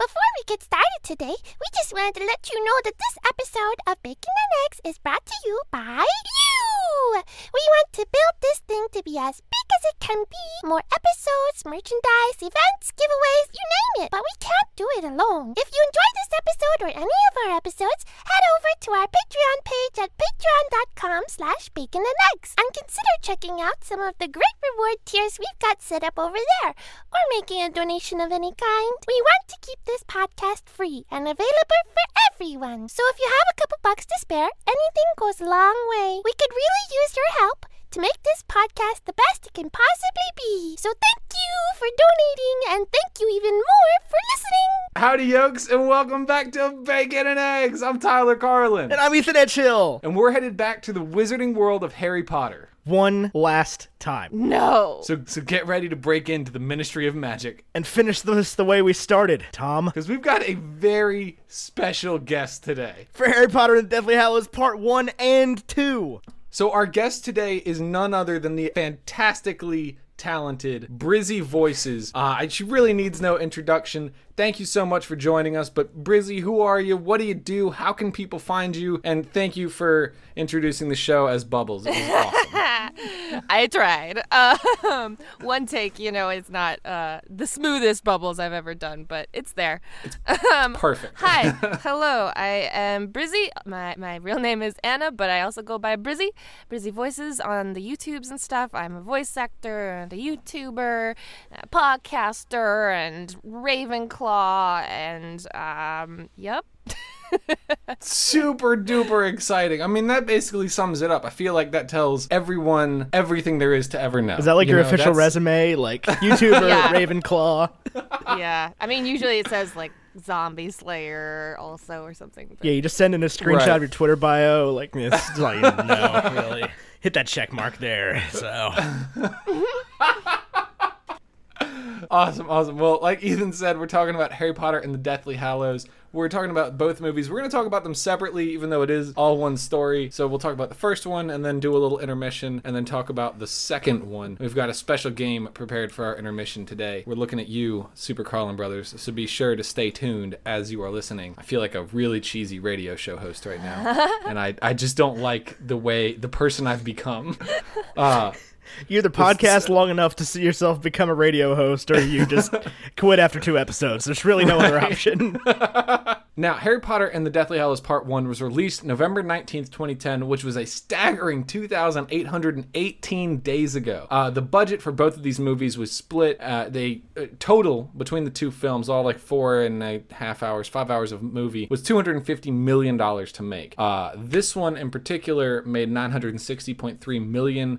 we get started today, we just wanted to let you know that this episode of Bacon and Eggs is brought to you by you. We want to build this thing to be as big as it can be. More episodes, merchandise, events, giveaways, you name it. But we can't do it alone. If you enjoyed this episode or any of our episodes, head over to our Patreon page at patreon.com slash bacon and eggs and consider checking out some of the great reward tiers we've got set up over there or making a donation of any kind. We want to keep this podcast free and available for everyone. So if you have a couple bucks to spare, anything goes a long way. We could really use your help to make this podcast the best it can possibly be. So thank you for donating and thank you even more for listening. Howdy, yokes, and welcome back to Bacon and Eggs. I'm Tyler Carlin. And I'm Ethan Edgehill. And we're headed back to the wizarding world of Harry Potter. One last time. No. So, so get ready to break into the Ministry of Magic And finish this the way we started, Tom. because we've got a very special guest today. For Harry Potter and the Deathly Hallows Part 1 and 2. So our guest today is none other than the fantastically talented Brizzy Voices. Uh, and she really needs no introduction. Thank you so much for joining us. But Brizzy, who are you? What do you do? How can people find you? And thank you for introducing the show as Bubbles. It was awesome. I tried. Um, one take, you know, is not uh, the smoothest bubbles I've ever done, but it's there. um, Perfect. Hi, hello. I am Brizzy. My my real name is Anna, but I also go by Brizzy. Brizzy Voices on the YouTubes and stuff. I'm a voice actor and a YouTuber, a podcaster, and Ravenclaw, and um, yep. Super duper exciting. I mean, that basically sums it up. I feel like that tells everyone everything there is to ever know. Is that like You your know, official that's- resume? Like YouTuber, Yeah. Ravenclaw? yeah. I mean, usually it says like Zombie Slayer also or something. but- Yeah, you just send in a screenshot Right. of your Twitter bio. Like, this is all you need to know, really. Hit that check mark there. So, Awesome, awesome. Well, like Ethan said, we're talking about Harry Potter and the Deathly Hallows. We're talking about both movies. We're going to talk about them separately, even though it is all one story. So we'll talk about the first one and then do a little intermission and then talk about the second one. We've got a special game prepared for our intermission today. We're looking at you, Super Carlin Brothers, so be sure to stay tuned as you are listening. I feel like a really cheesy radio show host right now, and I, I just don't like the way the person I've become. Uh, you either podcast long enough to see yourself become a radio host or you just quit after two episodes. There's really no other option. Now, Harry Potter and the Deathly Hallows Part 1 was released November 19th, 2010, which was a staggering 2,818 days ago. Uh, the budget for both of these movies was split. Uh, they uh, total between the two films, all like four and a half hours, five hours of movie, was $250 million to make. Uh, this one in particular made $960.3 million.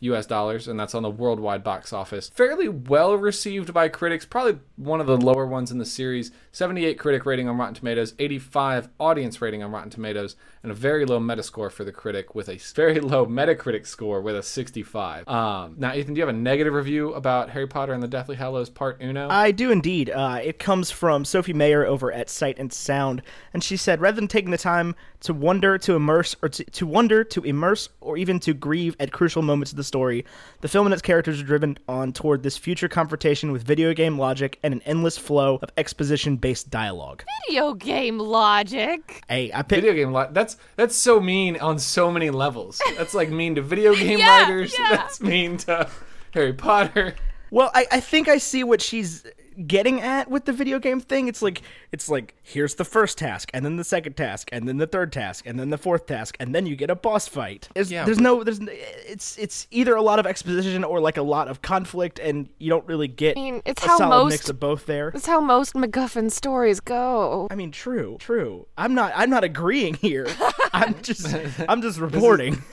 US dollars, and that's on the worldwide box office. Fairly well received by critics, probably one of the lower ones in the series. 78 critic rating on Rotten Tomatoes, 85 audience rating on Rotten Tomatoes, and a very low Metascore for the critic with a very low Metacritic score with a 65. Um, now, Ethan, do you have a negative review about Harry Potter and the Deathly Hallows Part Uno? I do indeed. Uh, it comes from Sophie Mayer over at Sight and Sound, and she said, rather than taking the time to wonder, to immerse, or to, to wonder, to immerse, or even to grieve at crucial moments of the story, the film and its characters are driven on toward this future confrontation with video game logic and an endless flow of exposition-based dialogue. Video game logic. Hey, I picked. video game li- that's that's so mean on so many levels that's like mean to video game Yeah, writers yeah. that's mean to harry potter Well, I, I think I see what she's getting at with the video game thing. It's like it's like here's the first task, and then the second task, and then the third task, and then the fourth task, and then you get a boss fight. There's, Yeah. there's no there's n- it's it's either a lot of exposition or like a lot of conflict, and you don't really get mean, it's a how solid most- mix of both there. That's how most MacGuffin stories go. I mean, true, true. I'm not I'm not agreeing here. I'm just I'm just reporting.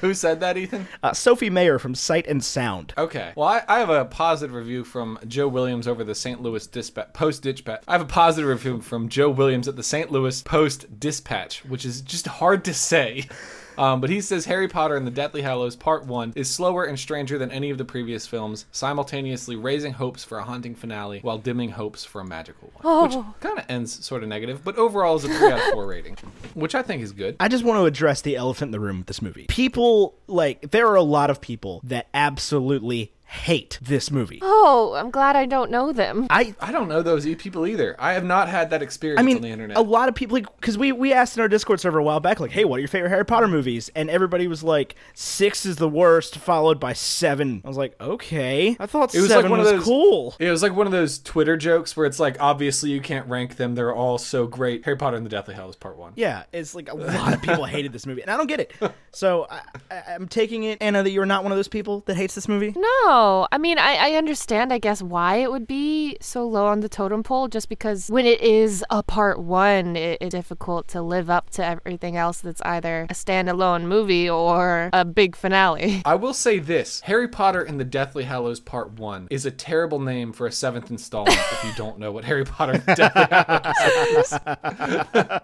who said that ethan Uh, Sophie Mayer from Sight and Sound. Okay. Well, I, I have a positive review from Joe Williams over the St. Louis Dispatch Post Dispatch. I have a positive review from Joe Williams at the St. Louis Post Dispatch, which is just hard to say. Um, but he says Harry Potter and the Deathly Hallows Part 1 is slower and stranger than any of the previous films, simultaneously raising hopes for a haunting finale while dimming hopes for a magical one. Oh. Which kind of ends sort of negative, but overall is a 3 out of 4 rating, which I think is good. I just want to address the elephant in the room with this movie. People like there are a lot of people that absolutely hate this movie. Oh, I'm glad I don't know them. I I don't know those e- people either. I have not had that experience I mean, on the internet. a lot of people, because we, we asked in our Discord server a while back, like, hey, what are your favorite Harry Potter movies? And everybody was like, six is the worst, followed by seven. I was like, okay. I thought It was seven like one was of those cool. It was like one of those Twitter jokes where it's like, obviously you can't rank them; they're all so great. Harry Potter and the Deathly Hallows Part One. Yeah, it's like a lot of people hated this movie, and I don't get it. So I, I, I'm taking it, Anna, that you're not one of those people that hates this movie. No, I mean, I, I understand, I guess, why it would be so low on the totem pole, just because when it is a part one, it, it's difficult to live up to everything else that's either a standalone movie or a big finale. I will say this: Harry Potter and the Deathly Hallows Part One is a terrible name for a seventh installment. if you don't know what Harry Potter and the Deathly yeah.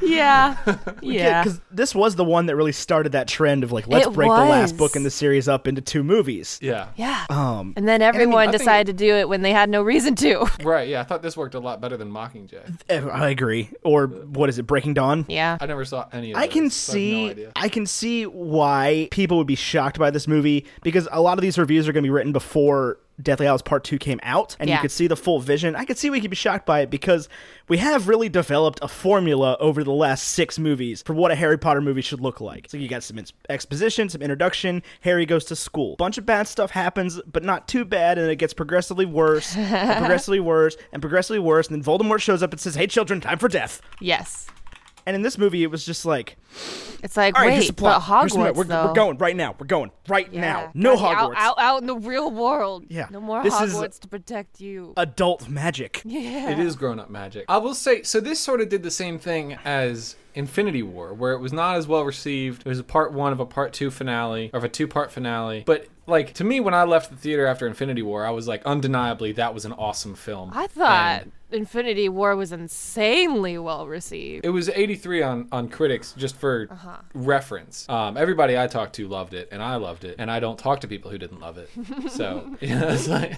yeah. because this was the one that really started that trend of like, let's It break the last was. book in the series up into two movies. yeah. Yeah. Um, and then everyone I think- decided to do it when they had no reason to. Right, yeah. I thought this worked a lot better than Mockingjay. Eh, I agree. Or what is it, Breaking Dawn? yeah. I never saw any of I those, so I can have see no idea. I can see why people would be shocked by this movie because a lot of these reviews are going to be written before Deathly Hallows Part 2 came out and you Yeah. could see the full vision. I could see we could be shocked by it because we have really developed a formula over the last 6 movies for what a Harry Potter movie should look like. So you got some ins- exposition, some introduction, Harry goes to school. Bunch of bad stuff happens, but not too bad and it gets progressively worse, and progressively worse, and progressively worse and then Voldemort shows up and says, "Hey children, time for death." Yes. And in this movie it was just like It's like, all right, here's the wait, but plot. Here's the plot. Hogwarts, we're, though. we're going right now. We're going right Yeah. now. No Gotta be Hogwarts. Out, out, out in the real world. Yeah. No more This is- Hogwarts to protect you. Adult magic. yeah. It is grown up magic. I will say, so this sort of did the same thing as Infinity War, where it was not as well received. It was a part one of a part two finale, or of a two part finale. But, like, to me, when I left the theater after Infinity War, I was like, undeniably, that was an awesome film. I thought And Infinity War was insanely well received. it was 83 on, on critics, just for Uh-huh. reference. Um, everybody I talked to loved it, and I loved it, and I don't talk to people who didn't love it. So, yeah, it's like,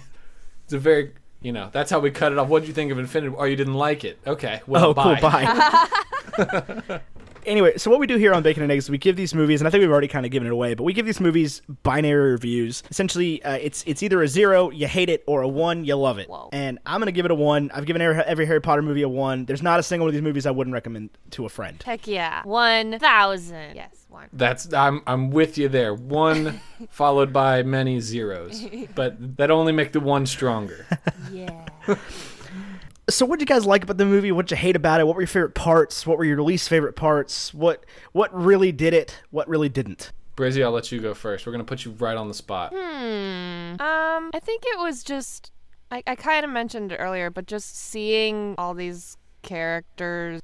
it's a very. You know, that's how we cut it off. What did you think of Infinity? War? Oh, you didn't like it. Okay. Well, Oh, cool. Bye. anyway, so what we do here on Bacon and Eggs, is we give these movies, and I think we've already kind of given it away, but we give these movies binary reviews. Essentially, uh, it's it's either a zero, you hate it, or a one, you love it. Whoa. And I'm gonna give it a one. I've given every, every Harry Potter movie a one. There's not a single one of these movies I wouldn't recommend to a friend. Heck yeah. 1,000. Yes, one. That's I'm I'm with you there. One followed by many zeros, but that only make the one stronger. Yeah. so what did you guys like about the movie what did you hate about it what were your favorite parts what were your least favorite parts what what really did it what really didn't Brizzy, I'll let you go first. We're gonna put you right on the spot. Hmm. Um, I think it was just I, I kind of mentioned it earlier, but just seeing all these characters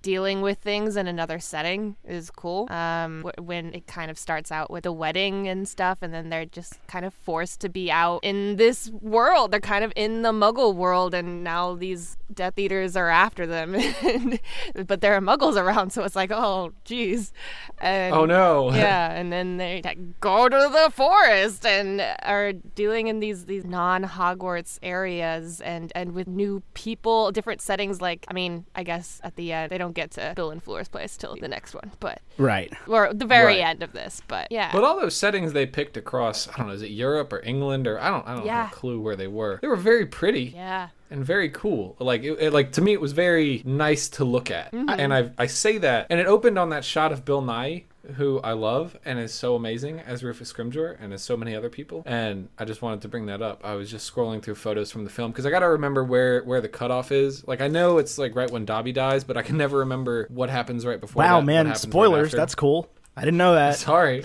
dealing with things in another setting is cool. Um, wh- when it kind of starts out with the wedding and stuff, and then they're just kind of forced to be out in this world. They're kind of in the Muggle world, and now these Death Eaters are after them, and, but there are Muggles around, so it's like, oh, jeez. And Oh no. yeah, and then they like, go to the forest and are dealing in these these non-Hogwarts areas and and with new people, different settings. Like, I mean, I guess at the end they don't get to Bill and Fleur's place till the next one, but right or the very Right. end of this. But yeah, But uh, all those settings they picked across, I don't know, is it Europe or England or I don't I don't Yeah. have a clue where they were. They were very pretty yeah, and very cool. Like it, it- like to me it was very nice to look at. Mm-hmm. And I I say that and it opened on that shot of Bill Nye who I love and is so amazing as Rufus Scrimgeour and as so many other people. And I just wanted to bring that up. I was just scrolling through photos from the film because I got to remember where where the cutoff is. Like I know it's like right when Dobby dies, but I can never remember what happens right before. that, wow what man happens right spoilers after. that's cool i didn't know that sorry.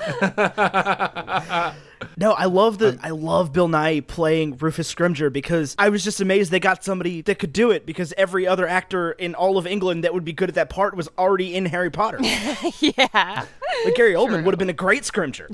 no i love the i love bill nye playing rufus scrimgeour because i was just amazed they got somebody that could do it because every other actor in all of england that would be good at that part was already in harry potter like yeah. gary oldman would have been a great scrimgeour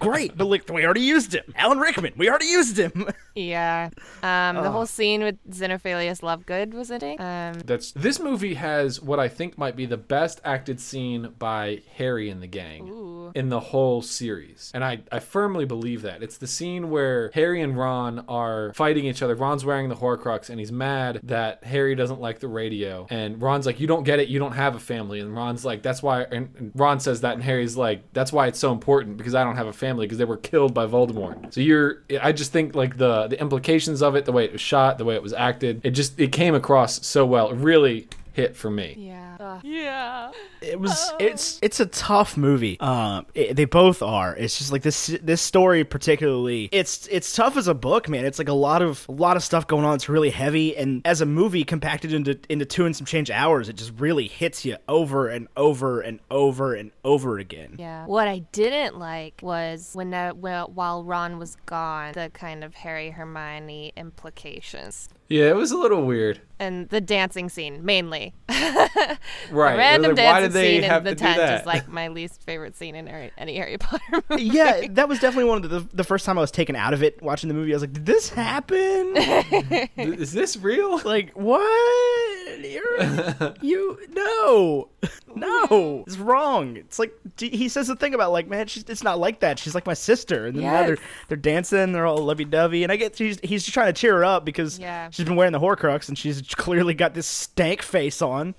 great but like we already used him alan rickman we already used him Yeah, um, the whole scene with Xenophilius Lovegood was it? Um, That's this movie has what I think might be the best acted scene by Harry and the gang in the whole series. And I, I firmly believe that. It's the scene where Harry and Ron are fighting each other. Ron's wearing the Horcrux and he's mad that Harry doesn't like the radio. And Ron's like, You don't get it, you don't have a family. And Ron's like, That's why and, and Ron says that, and Harry's like, "That's why it's so important because I don't have a family because they were killed by Voldemort." So you're, I just think like the the implications of it, the way it was shot, the way it was acted, it just it came across so well. It really hit for me. Yeah. Ugh. Yeah. It was it's it's a tough movie. Um, it- they both are. It's just like this this story particularly. It's it's tough as a book, man. It's like a lot of a lot of stuff going on. It's really heavy, and as a movie compacted into into two and some change hours, it just really hits you over and over and over and over again. Yeah. What I didn't like was when uh, well, while Ron was gone, the kind of Harry Hermione implications Yeah, it was a little weird. and the dancing scene mainly. Right. The random Like, dancing why did they scene have in the to do tent that? is like my least favorite scene in Harry- any Harry Potter movie. Yeah, that was definitely one of the the first time I was taken out of it watching the movie. I was like, did this happen? Is this real? like what You're, you no no it's wrong it's like d- he says the thing about like man she's, it's not like that she's like my sister and then now they're Yes. they're dancing they're all lovey-dovey and i get he's, he's just trying to cheer her up because Yeah. she's been wearing the horcrux and she's clearly got this stank face on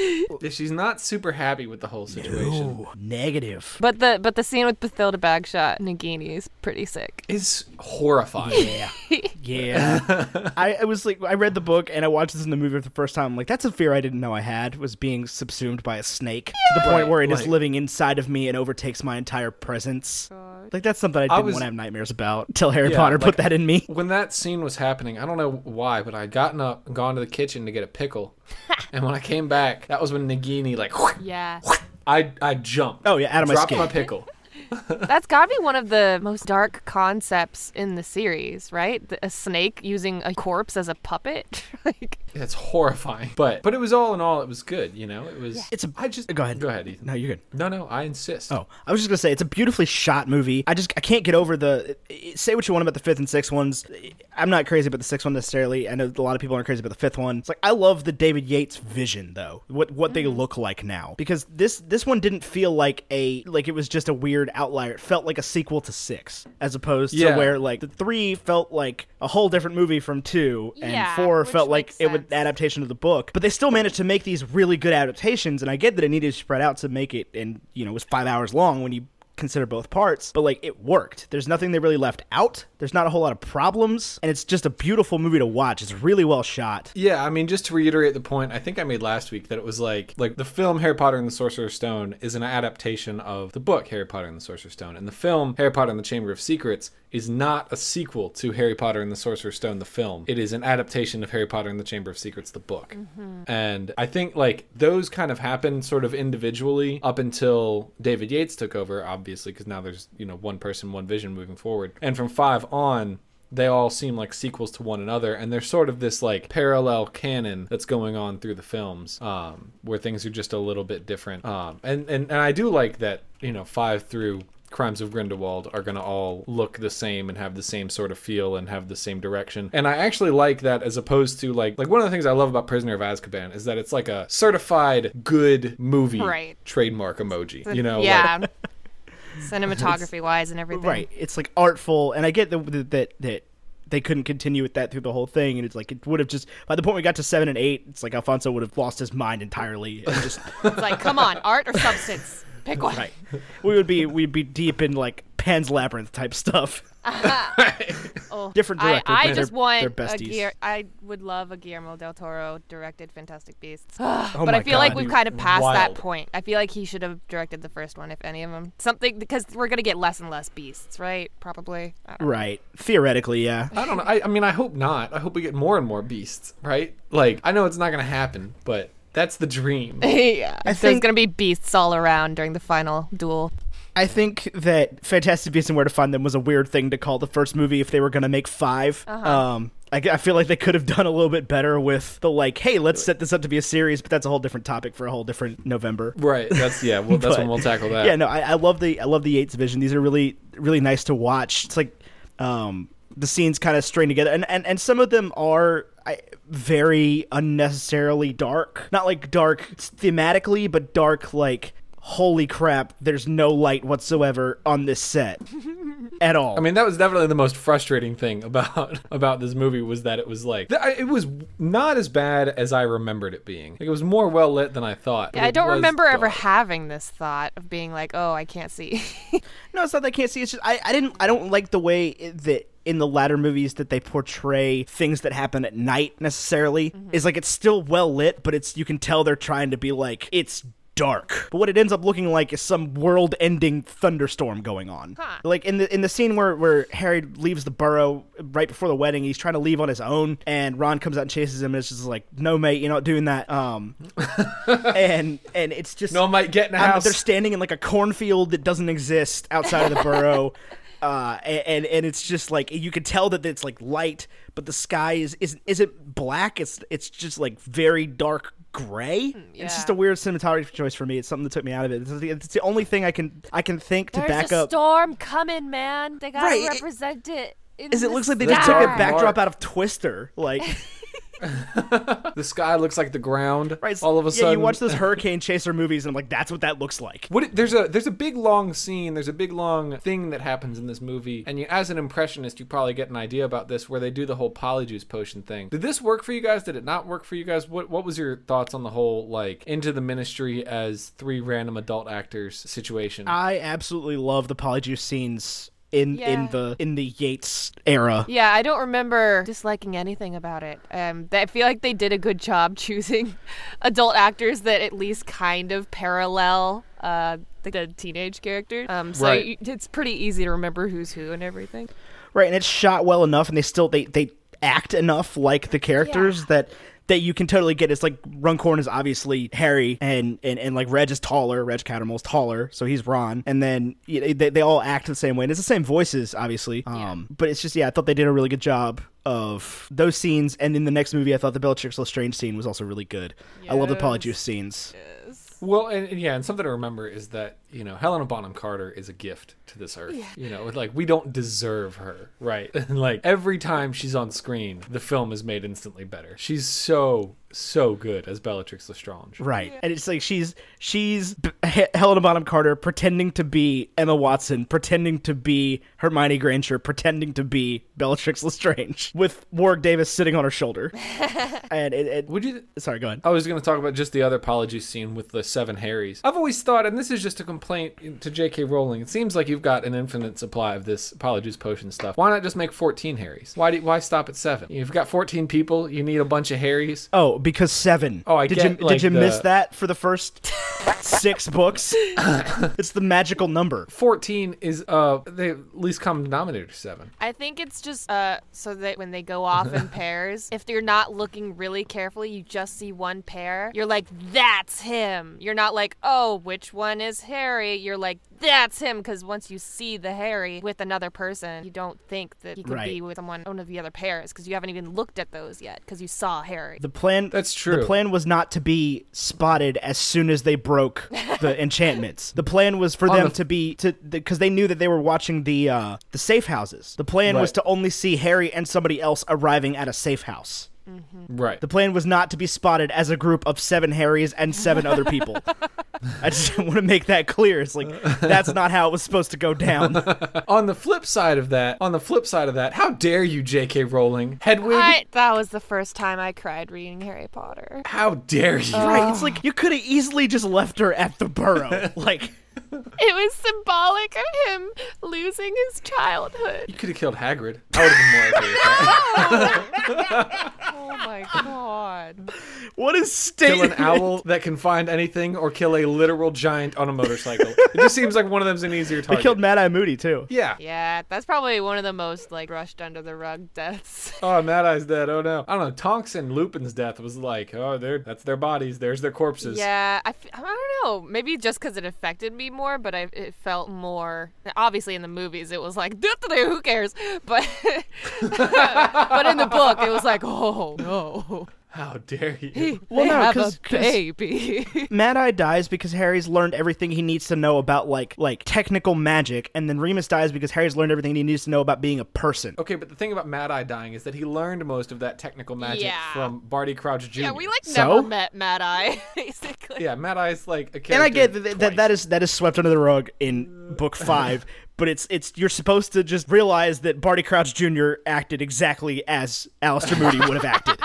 Yeah, She's not super happy with the whole situation. Ooh, negative But the but the scene with Bathilda Bagshot Nagini is pretty sick. It's horrifying. yeah yeah I, I was like i read the book and i watched this in the movie for the first time I'm like that's a fear i didn't know i had was being subsumed by a snake to the point where it is Like- living inside of me and overtakes my entire presence like that's something i didn't was- want to have nightmares about till harry Yeah, potter put like- that in me When that scene was happening, I don't know why, but I had gotten up and gone to the kitchen to get a pickle. and when I came back, that was when Nagini like Yeah. I I jumped. Oh, yeah, out of my dropped skin. my pickle. That's got to be one of the most dark concepts in the series, right? The- A snake using a corpse as a puppet. like That's horrifying. But but it was all in all, it was good. You know, it was. it's a I just go ahead Go ahead, Ethan. no you're good No, no, I insist. Oh, I was just gonna say it's a beautifully shot movie. I just I can't get over the say what you want about the fifth and sixth ones. I'm not crazy about the sixth one necessarily. I know a lot of people aren't crazy about the fifth one. It's like I love the David Yates vision though. What what they look like now because this this one didn't feel like a like it was just a weird outlier. It felt like a sequel to six as opposed Yeah. to where like the three felt like a whole different movie from two and Yeah, four which felt like makes it would sense. adaptation of the book, but they still managed to make these really good adaptations. And I get that it needed to spread out to make it, and you know, it was five hours long when you consider both parts, but like it worked. There's nothing they really left out. There's not a whole lot of problems, and it's just a beautiful movie to watch. It's really well shot. Yeah, I mean, just to reiterate the point I think I made last week that it was like like the film Harry Potter and the Sorcerer's Stone is an adaptation of the book Harry Potter and the Sorcerer's Stone, and the film Harry Potter and the Chamber of Secrets is not a sequel to Harry Potter and the Sorcerer's Stone, the film. It is an adaptation of Harry Potter and the Chamber of Secrets, the book. And I think like those kind of happened sort of individually up until David Yates took over, obviously, because now there's you know one person, one vision moving forward, and from five on they all seem like sequels to one another and there's sort of this like parallel canon that's going on through the films um, where things are just a little bit different um, and, and and i do like that you know five through crimes of grindelwald are going to all look the same and have the same sort of feel and have the same direction and i actually like that as opposed to like like one of the things i love about prisoner of azkaban is that it's like a certified good movie Right. trademark emoji you know like, yeah. Cinematography wise and everything. Right. It's like artful, and I get the, the, that that they couldn't continue with that through the whole thing, and it's like it would have just by the point we got to seven and eight, it's like Alfonso would have lost his mind entirely and just It's like, come on, art or substance? Pick one. right. We would be we'd be deep in like Pan's Labyrinth type stuff. Oh, Different I- director, I, but just they're- want they're besties. a Guer- I would love a Guillermo del Toro directed Fantastic Beasts. but Oh my I feel like God. we've Be kind of passed that wild. point. I feel like he should have directed the first one, if any of them. Something because we're gonna get less and less beasts, right? Probably. I don't know. Right. Theoretically, yeah. I don't know. I, I mean, I hope not. I hope we get more and more beasts, right? Like, I know it's not going to happen, but that's the dream. yeah. There's think- gonna be beasts all around during the final duel. I think that Fantastic Beasts and Where to Find Them was a weird thing to call the first movie if they were going to make 5 Um, I, I feel like they could have done a little bit better with the like, hey, let's set this up to be a series, but that's a whole different topic for a whole different November. Right. That's, yeah, well, that's when But- we'll tackle that. Yeah, no, I, I love the I love the Yates vision. These are really really nice to watch. It's like um, the scenes kind of strain together, and, and and some of them are I, very unnecessarily dark. Not like dark thematically, but dark like holy crap. There's no light whatsoever on this set. at all. I mean, that was definitely the most frustrating thing about about this movie was that it was like th- I- it was not as bad as I remembered it being. Like it was more well lit than I thought. but I it don't was remember ever dark. having this thought of being like, oh, I can't see. No, it's not that I can't see. It's just I, I didn't I don't like the way it- that in the latter movies that they portray things that happen at night necessarily. Is like it's still well lit, but it's you can tell they're trying to be like it's dark. But what it ends up looking like is some world-ending thunderstorm going on. Like in the in the scene where where Harry leaves the burrow right before the wedding, he's trying to leave on his own and Ron comes out and chases him and it's just like, "No mate, you're not doing that." Um and and it's just No, I might get in the I'm- house. They're standing in like a cornfield that doesn't exist outside of the burrow. Uh, a- and and it's just like you could tell that it's like light, but the sky is is isn't black. It's it's just like very dark gray. It's just Hmm, yeah. a weird cinematography choice for me. It's something that took me out of it. It's the, it's the only thing I can I can think to There's back a up. storm coming, man. They gotta Right, it- represent it. in Is it the looks like they just took sky. a dark backdrop mark. out of Twister, like the sky looks like the ground. right? All of a yeah, sudden, you watch those hurricane chaser movies, and I'm like, that's what that looks like. What it, there's a there's a big long scene, there's a big long thing that happens in this movie, and you, as an impressionist, you probably get an idea about this where they do the whole polyjuice potion thing. Did this work for you guys? Did it not work for you guys? What what was your thoughts on the whole like into the ministry as three random adult actors situation? I absolutely love the polyjuice scenes in Yeah. in the in the Yates era. Yeah, I don't remember disliking anything about it. Um, I feel like they did a good job choosing adult actors that at least kind of parallel uh, the, the teenage character. Um, so Right. you, it's pretty easy to remember who's who and everything. Right, and it's shot well enough, and they still they they act enough like the characters that that you can totally get. It's like Runcorn is obviously Harry, and and and like Reg is taller. Reg Cattermole's taller, so he's Ron. And then you know, they they all act the same way, and it's the same voices, obviously. Um, but it's just yeah, I thought they did a really good job of those scenes. And in the next movie, I thought the Bellatrix Lestrange scene was also really good. I love the Yes. Polyjuice scenes. Well, and, and yeah, and something to remember is that you know Helena Bonham Carter is a gift to this earth. You know, like we don't deserve her, right? And like every time she's on screen, the film is made instantly better. She's so so good as Bellatrix Lestrange. Right. And it's like she's she's b- H- Helena Bonham Carter pretending to be Emma Watson, pretending to be Hermione Granger, pretending to be Bellatrix Lestrange with Warwick Davis sitting on her shoulder. and it, it Would you? sorry, go ahead. I was going to talk about just the other apology scene with the seven Harrys. I've always thought, and this is just a complaint to J.K. Rowling. It seems like you've got an infinite supply of this apologies potion stuff. Why not just make fourteen Harrys? Why do, why stop at seven? You've got fourteen people. You need a bunch of Harrys. Oh, because seven. Oh, I did get, you like, did you miss the- that for the first six books? it's the magical number. 14 is uh the least common denominator is seven I think it's just uh, so that when they go off in pairs, if you're not looking really carefully, you just see one pair. You're like, that's him. You're not like, oh, which one is Harry? You're like, that's him. Because once you see the Harry with another person, you don't think that he could be Right. with someone, one of the other pairs, because you haven't even looked at those yet, because you saw Harry. The plan That's true. The plan was not to be spotted as soon as they broke the enchantments. The plan was for On them the- to be to because they knew that they were watching the uh, the safe houses. The plan was Right. to only see Harry and somebody else arriving at a safe house. right The plan was not to be spotted as a group of seven Harrys and seven other people. I just want to make that clear. It's like that's not how it was supposed to go down. on the flip side of that on the flip side of that how dare you jk rowling hedwig I, that was the first time I cried reading Harry Potter. how dare you right? It's like you could have easily just left her at the burrow. Like It was symbolic of him losing his childhood. you could have killed hagrid i would have been more okay with that Oh my god. what is kill statement? an owl that can find anything or kill a literal giant on a motorcycle it just seems like one of them's an easier They target killed Mad Eye Moody too. yeah. Yeah, that's probably one of the most like rushed under the rug deaths. Oh, Mad Eye's dead. Oh no. I don't know. Tonks and Lupin's death was like, oh, they're that's their bodies. There's their corpses. yeah, I, f- I don't know. Maybe just because it affected me more, but I it felt more. Obviously, in the movies, it was like, "Duh-duh-duh, who cares? But but in the book, it was like, oh no. How dare you? Well, they no, have 'cause- a 'cause- baby. Mad Eye dies because Harry's learned everything he needs to know about like like technical magic, and then Remus dies because Harry's learned everything he needs to know about being a person. Okay, but the thing about Mad Eye dying is that he learned most of that technical magic Yeah. from Barty Crouch Jr. yeah, we like So? never met Mad Eye, basically. Yeah, Mad Eye's like a character. And I get that, twice. that that is that is swept under the rug in book five, but it's it's you're supposed to just realize that Barty Crouch Jr. acted exactly as Alistair Moody would have acted.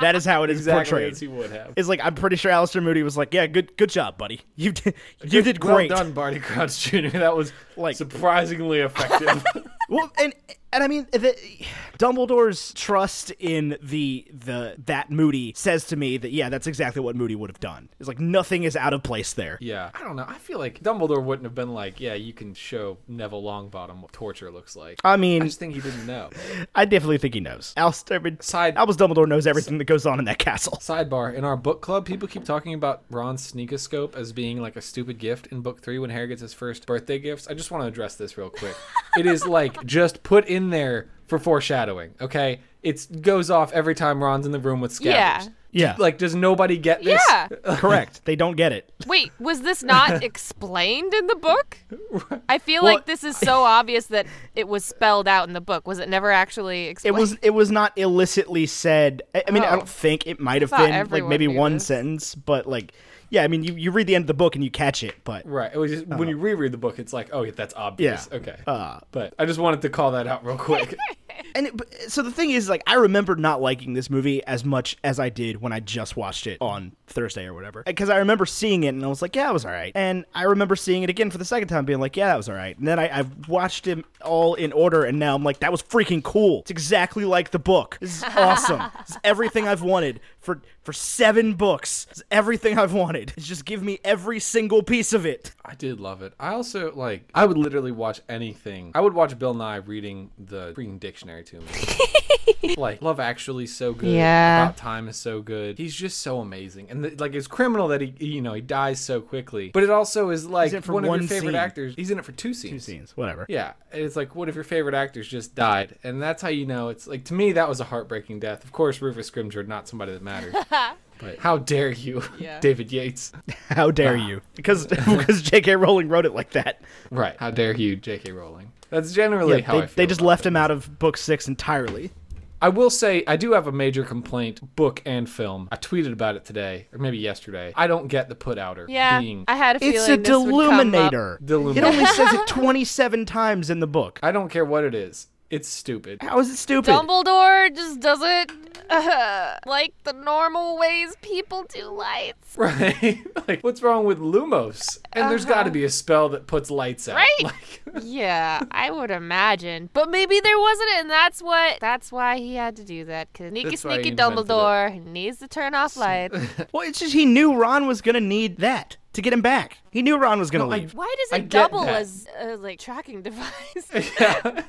That is how it is exactly portrayed. as he would have. It's like I'm pretty sure Alistair Moody was like, "Yeah, good good job, buddy. You did you did well great." done, Barty Crouch Jr. That was Like- surprisingly effective. Well, and and I mean, the, Dumbledore's trust in the the that Moody says to me that yeah, that's exactly what Moody would have done. It's like nothing is out of place there. yeah, I don't know. I feel like Dumbledore wouldn't have been like, yeah, you can show Neville Longbottom what torture looks like. I mean, I just think he didn't know. I definitely think he knows. Alistair, Side- Albus Dumbledore knows everything that goes on in that castle. Sidebar: In our book club, people keep talking about Ron's sneakoscope as being like a stupid gift in book three when Harry gets his first birthday gifts. I just want to address this real quick. it is like just put in there for foreshadowing. Okay, it goes off every time Ron's in the room with Yeah. scabbers. Yeah. Like, does nobody get this? Yeah. Correct. They don't get it. Wait, was this not explained in the book? I feel Well- like this is so obvious that it was spelled out in the book. Was it never actually It explained? was it was not illicitly said. I, I mean, I Oh. don't think it might have thought been like everyone maybe knew one this. sentence, but like yeah, I mean, you, you read the end of the book and you catch it, but Right. It was just, when you reread the book, it's like, oh, yeah, that's obvious. Uh-huh. Yeah. Okay. Uh. but I just wanted to call that out real quick. and it, but- so the thing is like i remember not liking this movie as much as i did when i just watched it on thursday or whatever because i remember seeing it and i was like yeah it was all right and i remember seeing it again for the second time being like yeah that was all right and then I, i've watched them all in order and now i'm like that was freaking cool it's exactly like the book this is awesome this is everything i've wanted for for seven books it's everything i've wanted it's just give me every single piece of it I did love it. I also like. I would literally watch anything. I would watch Bill Nye reading the freaking dictionary to me. like Love Actually, is so good. Yeah. About Time is so good. He's just so amazing, and the, like it's criminal that he, he, you know, he dies so quickly. But it also is like He's in it for one, of one your favorite scene. actors. He's in it for two scenes. Two scenes whatever Yeah, and it's like one of your favorite actors just died, and that's how you know it's like to me that was a heartbreaking death. Of course, Rufus Scrimgeour, not somebody that mattered. but how dare you, Yeah. David Yates? how dare you because because jk rowling wrote it like that Right? How dare you, J.K. Rowling? That's generally Yeah, how they, I feel. they just about left it. him out of book six entirely. I will say I do have a major complaint, book and film. I tweeted about it today, or maybe yesterday. I don't get the put outer. yeah, Being I had a feeling It's a this would come up. deluminator. Deluminator. It only says it 27 times in the book. I don't care what it is. It's stupid. How is it stupid? Dumbledore just doesn't uh, like the normal ways people do lights. Right? like, what's wrong with Lumos? And there's got to be a spell that puts lights out. Uh-huh. Right. Like, yeah, I would imagine. But maybe there wasn't, and that's what that's why he had to do that. Cause sneaky That's why he sneaky invented it. Dumbledore needs to turn off lights. well, it's just he knew Ron was going to need that to get him back. He knew Ron was going to leave. Why I does it get double that. as uh, like tracking device? yeah.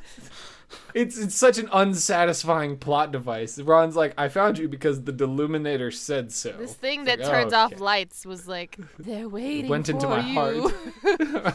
It's, it's such an unsatisfying plot device. Ron's like, I found you because the Deluminator said so. this It's thing that like, oh, turns okay. off lights was like they're waiting went for into my you. heart.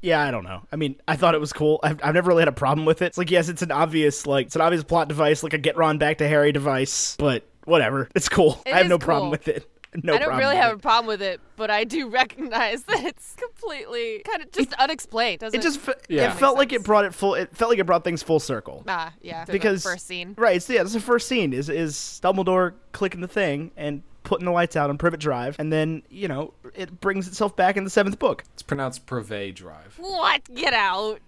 yeah, I don't know. I mean, I thought it was cool. I've, I've never really had a problem with it. It's like, yes, it's an obvious, like, it's an obvious plot device, like a get Ron back to Harry device, but whatever. It's cool. It I have is no problem cool. with it. No I don't problem really with have it. a problem with it, but I do recognize that it's completely kind of just unexplained. Doesn't It just, fe- Yeah. it felt like Makes it brought it full, it felt like it brought things full circle. ah yeah the because first scene. right? It's yeah, it's the first scene is is Dumbledore clicking the thing and putting the lights out on Privet Drive, and then you know it brings itself back in the seventh book. It's pronounced Privet Drive. What? Get out.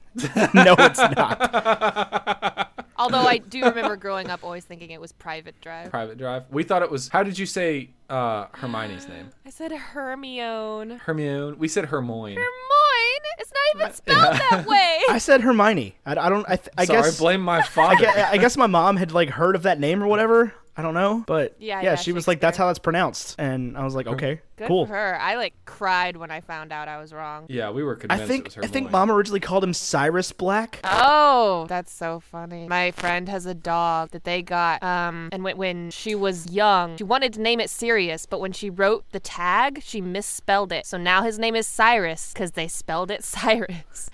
no, it's not. Although I do remember growing up always thinking it was Private Drive. Private Drive. We thought it was. How did you say uh, Hermione's name? I said Hermione. Hermione. We said Hermione. Hermione? It's not even spelled that way. I said Hermione. I, I don't. I, th- I Sorry, guess. blame my I, father. gue- I guess my mom had like heard of that name or whatever. I don't know, but Yeah, yeah yeah, she was like, "That's Shakespeare. how that's pronounced," and I was like, "Okay, Good cool." for her. I like cried when I found out I was wrong. yeah, we were I convinced it think was I Hermione. think mom originally called him Cyrus Black. Oh, that's so funny. My friend has a dog that they got, um, and when, when she was young, she wanted to name it Sirius, but when she wrote the tag, she misspelled it. So now his name is Cyrus because they spelled it Cyrus.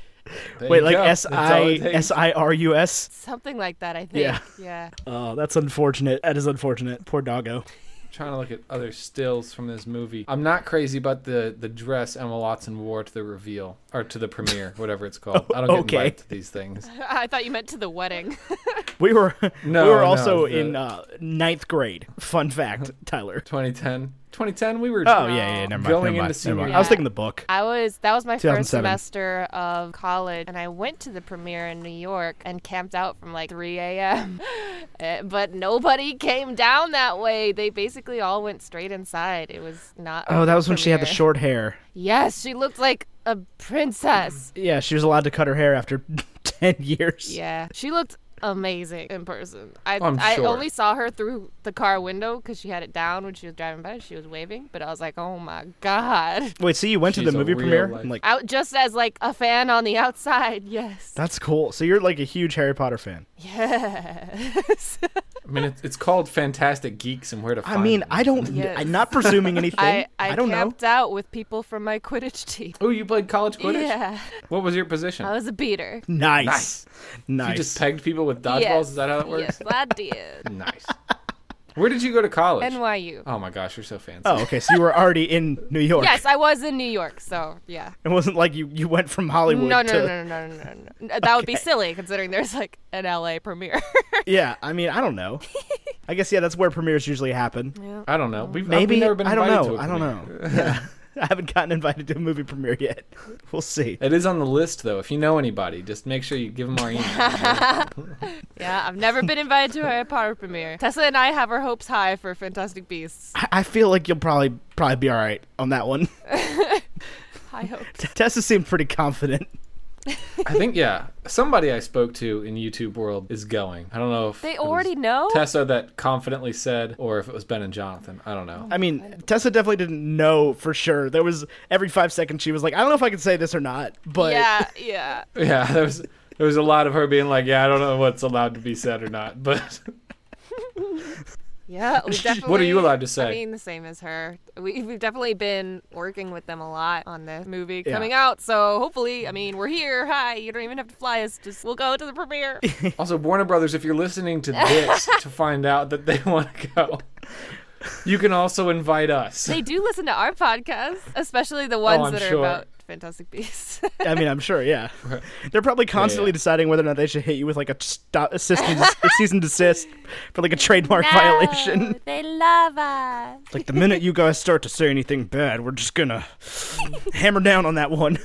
There Wait, you like go. S That's all I it takes. S I R U S. Something like that, I think. Yeah. Yeah. Oh, that's unfortunate. That is unfortunate. Poor doggo. Trying to look at other stills from this movie. I'm not crazy about the the dress Emma Watson wore to the reveal or to the premiere, whatever it's called. I don't get okay. invited to these things. I thought you meant to the wedding. We were No, we were no, also the- in uh, ninth grade. Fun fact, Tyler. 2010, 2010. We were Oh yeah, yeah, Going never mind. never into mind, never senior mind. year. I was thinking the book. I was that was my first 2007. semester of college, and I went to the premiere in New York and camped out from like 3 a.m. Eh, but nobody came down that way. They basically all went straight inside. It was not. a Oh, that was when she had the premiere. short hair. Yes, she looked like a princess. Yeah, she was allowed to cut her hair after ten years. Yeah, she looked amazing in person. I I'm I sure. only saw her through the car window because she had it down when she was driving by. She was waving, but I was like, oh my god. Wait, so you went to She's the a movie real premiere? life- I'm like, Out just as like a fan on the outside. Yes. that's cool. So you're like a huge Harry Potter fan. Yes. I mean, it's, it's called Fantastic Geeks and Where to I Find. mean, Them. I don't. Yes. I'm not presuming anything. I, I, I, don't know. camped out with people from my Quidditch team. Oh, you played college quidditch. Yeah. What was your position? I was a beater. Nice, nice. You just pegged people with dodgeballs. Yes. Is that how that works? Yes, I did. Nice. Where did you go to college? NYU. oh my gosh, you're so fancy. oh, okay. So you were already in New York. Yes, I was in New York, so yeah. It wasn't like you, you went from Hollywood. No, to, no, no, no, no, no, no, no. That would be silly considering there's like an LA premiere. Yeah, I mean, I don't know. I guess yeah, that's where premieres usually happen. I don't know. We've Maybe we've never been I don't invited to know. a I don't premiere. know. Yeah. I haven't gotten invited to a movie premiere yet. We'll see. It is on the list though. If you know anybody, just make sure you give them our email. yeah, I've never been invited to a Harry Potter premiere. Tessa and I have our hopes high for Fantastic Beasts. I, I feel like you'll probably probably be all right on that one. High hopes. Tessa seemed pretty confident. I think yeah. Somebody I spoke to in YouTube world is going. I don't know if They it was already know? Tessa that confidently said, or if it was Ben and Jonathan. I don't know. I mean, Tessa definitely didn't know for sure. There was every five seconds she was like, I don't know if I can say this or not, but yeah, yeah. Yeah, there was there was a lot of her being like, yeah, I don't know what's allowed to be said or not, but Yeah, we definitely. What are you allowed to I say? mean, the same as her. We, we've definitely been working with them a lot on this movie Yeah. coming out. So hopefully, I mean, we're here. Hi, you don't even have to fly us. Just we'll go to the premiere. Also, Warner Brothers, if you're listening to this to find out that they want to go, you can also invite us. they do listen to our podcast, especially the ones Oh, I'm that are sure. about Fantastic Beasts. I mean, I'm sure, yeah. They're probably constantly yeah. deciding whether or not they should hit you with like a, stop, a, cease, and des- a cease and desist for like a trademark violation. No, They love us. Like the minute you guys start to say anything bad, we're just gonna hammer down on that one.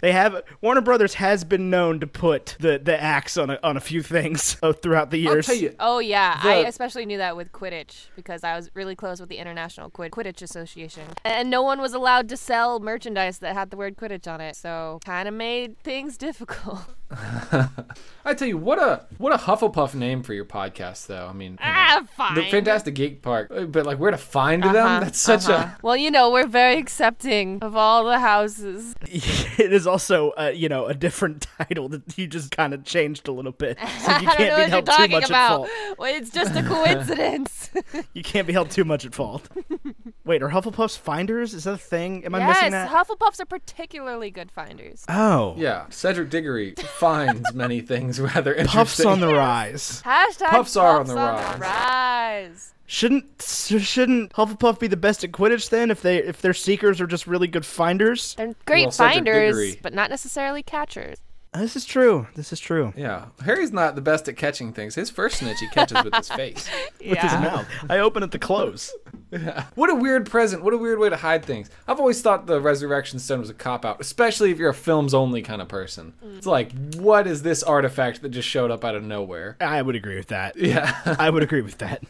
They have Warner Brothers has been known to put the, the axe on a, on a few things uh, throughout the I'll years. tell you. Oh yeah, The- I especially knew that with Quidditch because I was really close with the International Quid- Quidditch Association, and no one was allowed to sell merchandise that had the word Quidditch on it. So kind of made things difficult. I tell you what a what a Hufflepuff name for your podcast, though. I mean, you know, ah, fine. Uh-huh, the Fantastic Geek Park, uh, but like where to find them? That's such a Well, you know, we're very accepting of all the houses. it is also uh, you know a different title that you just kind of changed a little bit, so you I can't don't know be what you're held too talking much at about. fault. Well, it's just a coincidence. You can't be held too much at fault. Wait, are Hufflepuffs finders? Is that a thing? Am I missing that? yes, Hufflepuffs are particularly good finders. oh, yeah. Cedric Diggory finds many things rather interesting. puffs on the rise. Hashtag Puffs are on the rise. rise. Shouldn't s- shouldn't Hufflepuff be the best at Quidditch then? If they if their seekers are just really good finders. They're great Well, Cedric finders, Diggory- but not necessarily catchers. This is true. This is true. Yeah, Harry's not the best at catching things. His first snitch he catches with his face. With his mouth. I open at the close. What a weird present. What a weird way to hide things. I've always thought the Resurrection Stone was a cop out, especially if you're a films only kind of person. Mm. It's like, what is this artifact that just showed up out of nowhere? I would agree with that. Yeah. I would agree with that.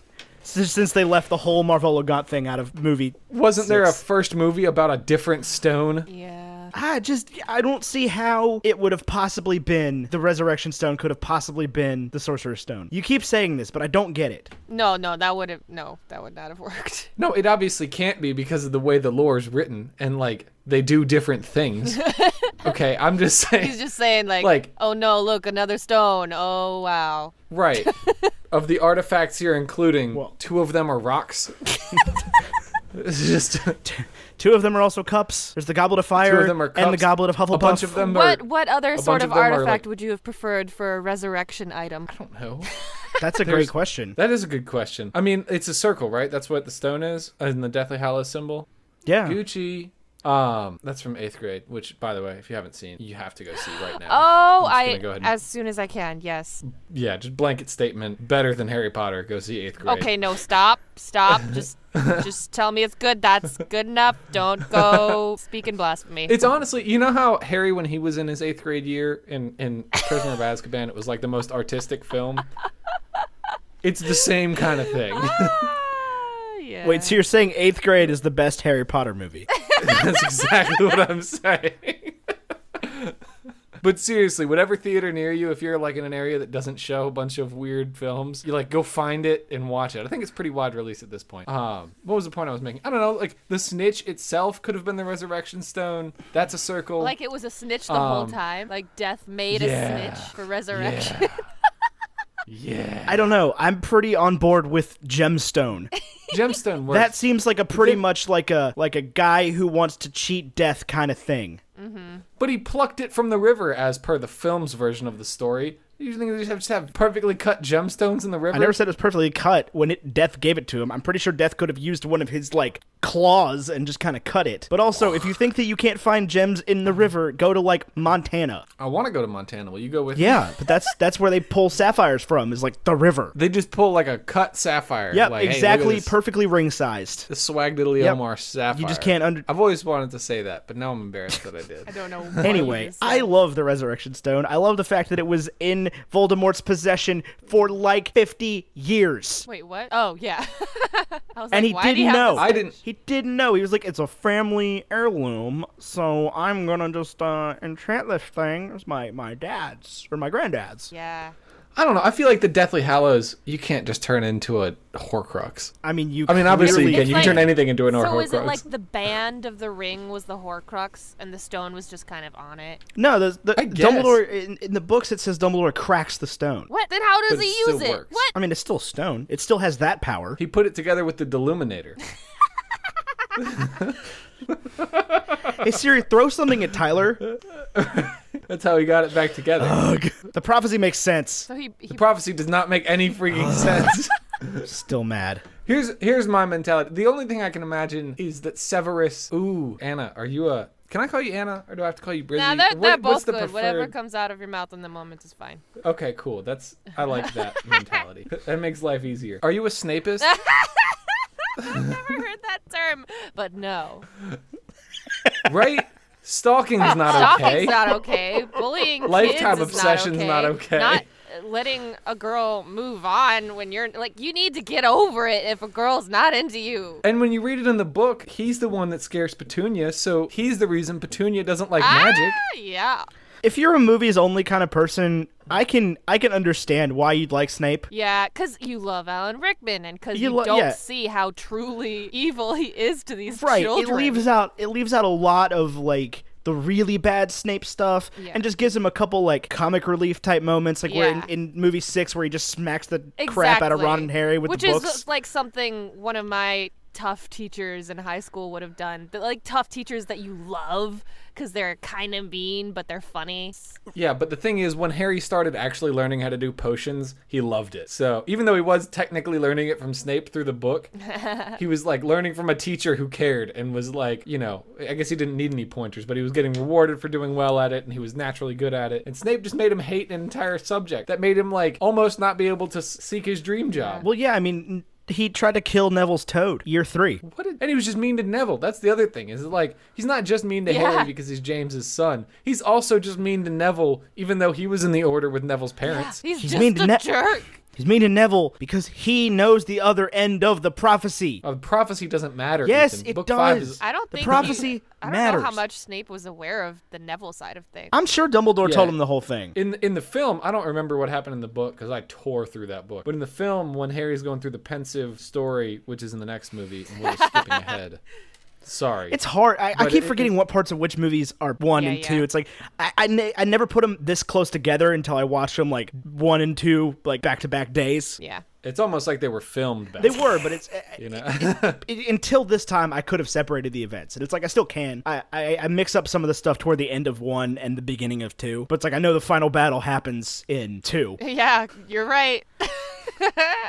S- Since they left the whole Marvel Gaunt thing out of movie, Wasn't there a Six. first movie about a different stone? Yeah. I just I don't see how it would have possibly been the Resurrection Stone could have possibly been the Sorcerer's Stone. You keep saying this, but I don't get it. No, no, that would have no, that would not have worked. No, it obviously can't be because of the way the lore is written and like they do different things. okay, I'm just He's saying. just saying like, Like- oh no, look, another stone. Oh wow. Right. Of the artifacts you're including, Well- two of them are rocks. It's just Two of them are also cups. There's the Goblet of Fire two of them are cups. and the Goblet of Hufflepuff. A bunch of them What are. what other bunch sort of of, them are, like- artifact would you have preferred for a resurrection item? I don't know. That's a There's- great question. That is a good question. I mean, it's a circle, right? That's what the stone is, and the Deathly Hallows symbol. Yeah. Gucci. Um, that's from eighth grade. Which, by the way, if you haven't seen, you have to go see right now. Oh, I'm just I gonna go ahead and- as soon as I can. Yes. Yeah, just blanket statement. Better than Harry Potter. Go see eighth grade. Okay, no, stop, stop. Just just tell me it's good. That's good enough. Don't go speaking blasphemy. It's honestly, you know how Harry, when he was in his eighth grade year in in Prisoner of Azkaban, it was like the most artistic film. It's the same kind of thing. Ah, yeah. Wait, so you're saying eighth grade is the best Harry Potter movie? That's exactly what I'm saying. But seriously, whatever theater near you, if you're like in an area that doesn't show a bunch of weird films, you like go find it and watch it. I think it's pretty wide release at this point. Um, what was the point I was making? I don't know. Like the snitch itself could have been the resurrection stone. That's a circle. like it was a snitch the whole Um, time. Like death made yeah. a snitch for resurrection. yeah. I don't know. I'm pretty on board with gemstone. Gemstone works. That seems like a pretty Thi- much like a like a guy who wants to cheat death kind of thing. But he plucked it from the river, as per the film's version of the story. You think they just have, just have perfectly cut gemstones in the river? I never said it was perfectly cut when it Death gave it to him. I'm pretty sure Death could have used one of his like claws and just kind of cut it. But also, if you think that you can't find gems in the river, go to like Montana. I want to go to Montana. Will you go with? me? Yeah, but that's that's where they pull sapphires from is like the river. They just pull like a cut sapphire. Yep, like, hey, look at exactly, this- perfectly ring sized. The swag diddly Yep. Omar sapphire. You just can't under- I've always wanted to say that, but now I'm embarrassed that I did. I don't know. why you Anyway, just I said- love the Resurrection Stone. I love the fact that it was in Voldemort's possession for like 50 years. Wait, what? Oh, yeah. I was And like, he why didn't do you have know. this- I didn't. He didn't know. He was like, it's a family heirloom, so I'm gonna just uh, enchant this thing. It's my, my dad's or my granddad's. Yeah. I don't know. I feel like the Deathly Hallows. You can't just turn into a Horcrux. I mean, you. I mean, obviously you can. clearly- You can turn like- anything into an So Horcrux. is it like the band of the ring was the Horcrux and the stone was just kind of on it? No, the, the I guess. Dumbledore in, in the books it says Dumbledore cracks the stone. What? Then how does But he it still use it? works. What? I mean, it's still stone. It still has that power. he put it together with the Deluminator. hey Siri, throw something at Tyler. That's how he got it back together. Ugh. The prophecy makes sense. So he, he the prophecy does not make any Uh, freaking sense. Still mad. Here's here's my mentality. The only thing I can imagine is that Severus. Ooh, Anna, are you a? Can I call you Anna, or do I have to call you Brizzy? Nah, they're, What- they're what's both the good. Whatever preferred- comes out of your mouth in the moment is fine. Okay, cool. That's I like that mentality. That makes life easier. Are you a Snapeist? Never heard that term, but no. right? Stalking is not okay. Oh, Stalking's not okay. Bullying Lifetime kids is obsession's not not okay. okay. Not uh, letting a girl move on when you're like you need to get over it if a girl's not into you. And when you read it in the book, he's the one that scares Petunia, so he's the reason Petunia doesn't like magic. Ah, yeah. If you're a movies only kind of person, I can I can understand why you'd like Snape. Yeah, because you love Alan Rickman and because You you, lo- don't yeah. see how truly evil he is to these Right. children. It leaves out it leaves out a lot of like the really bad Snape stuff Yeah. and just gives him a couple like comic relief type moments like where in, Yeah. in movie 6 where he just smacks the crap out of Ron Exactly. and Harry with Which the books. is like something one of my tough teachers in high school would have done. The, like tough teachers that you love because they're kind of mean but they're funny. Yeah, but the thing is, when Harry started actually learning how to do potions, he loved it. So even though he was technically learning it from Snape through the book, he was like learning from a teacher who cared and was like, you know, I guess he didn't need any pointers, but he was getting rewarded for doing well at it and he was naturally good at it. And Snape just made him hate an entire subject that made him like almost not be able to s- seek his dream job. well, yeah, I mean he tried to kill Neville's toad year 3. What did, and he was just mean to Neville. That's the other thing. Is like he's not just mean to Yeah. Harry because he's James's son. He's also just mean to Neville, even though he was in the order with Neville's parents. Ah, He's, He's just mean to a ne- jerk. He's mean to Neville because he knows the other end of the prophecy. Uh, prophecy doesn't matter. Yes, Ethan. it Book does. Five is, I don't The think prophecy he- I don't know how matters. much Snape was aware of the Neville side of things. I'm sure Dumbledore Yeah. told him the whole thing. in in the film, I don't remember what happened in the book because I tore through that book. But in the film, when Harry's going through the pensive story, which is in the next movie, and we're skipping ahead. Sorry. It's hard. I, I But keep it- forgetting what parts of which movies are one Yeah, and yeah. two. It's like I I, ne- I never put them this close together until I watched them like one and two like back to back days. Yeah. it's almost like they were filmed back. They were, but it's eh, You know. it, until this time I could have separated the events, and it's like I still can. I, I I mix up some of the stuff toward the end of one and the beginning of two, but it's like I know the final battle happens in two. Yeah, you're right.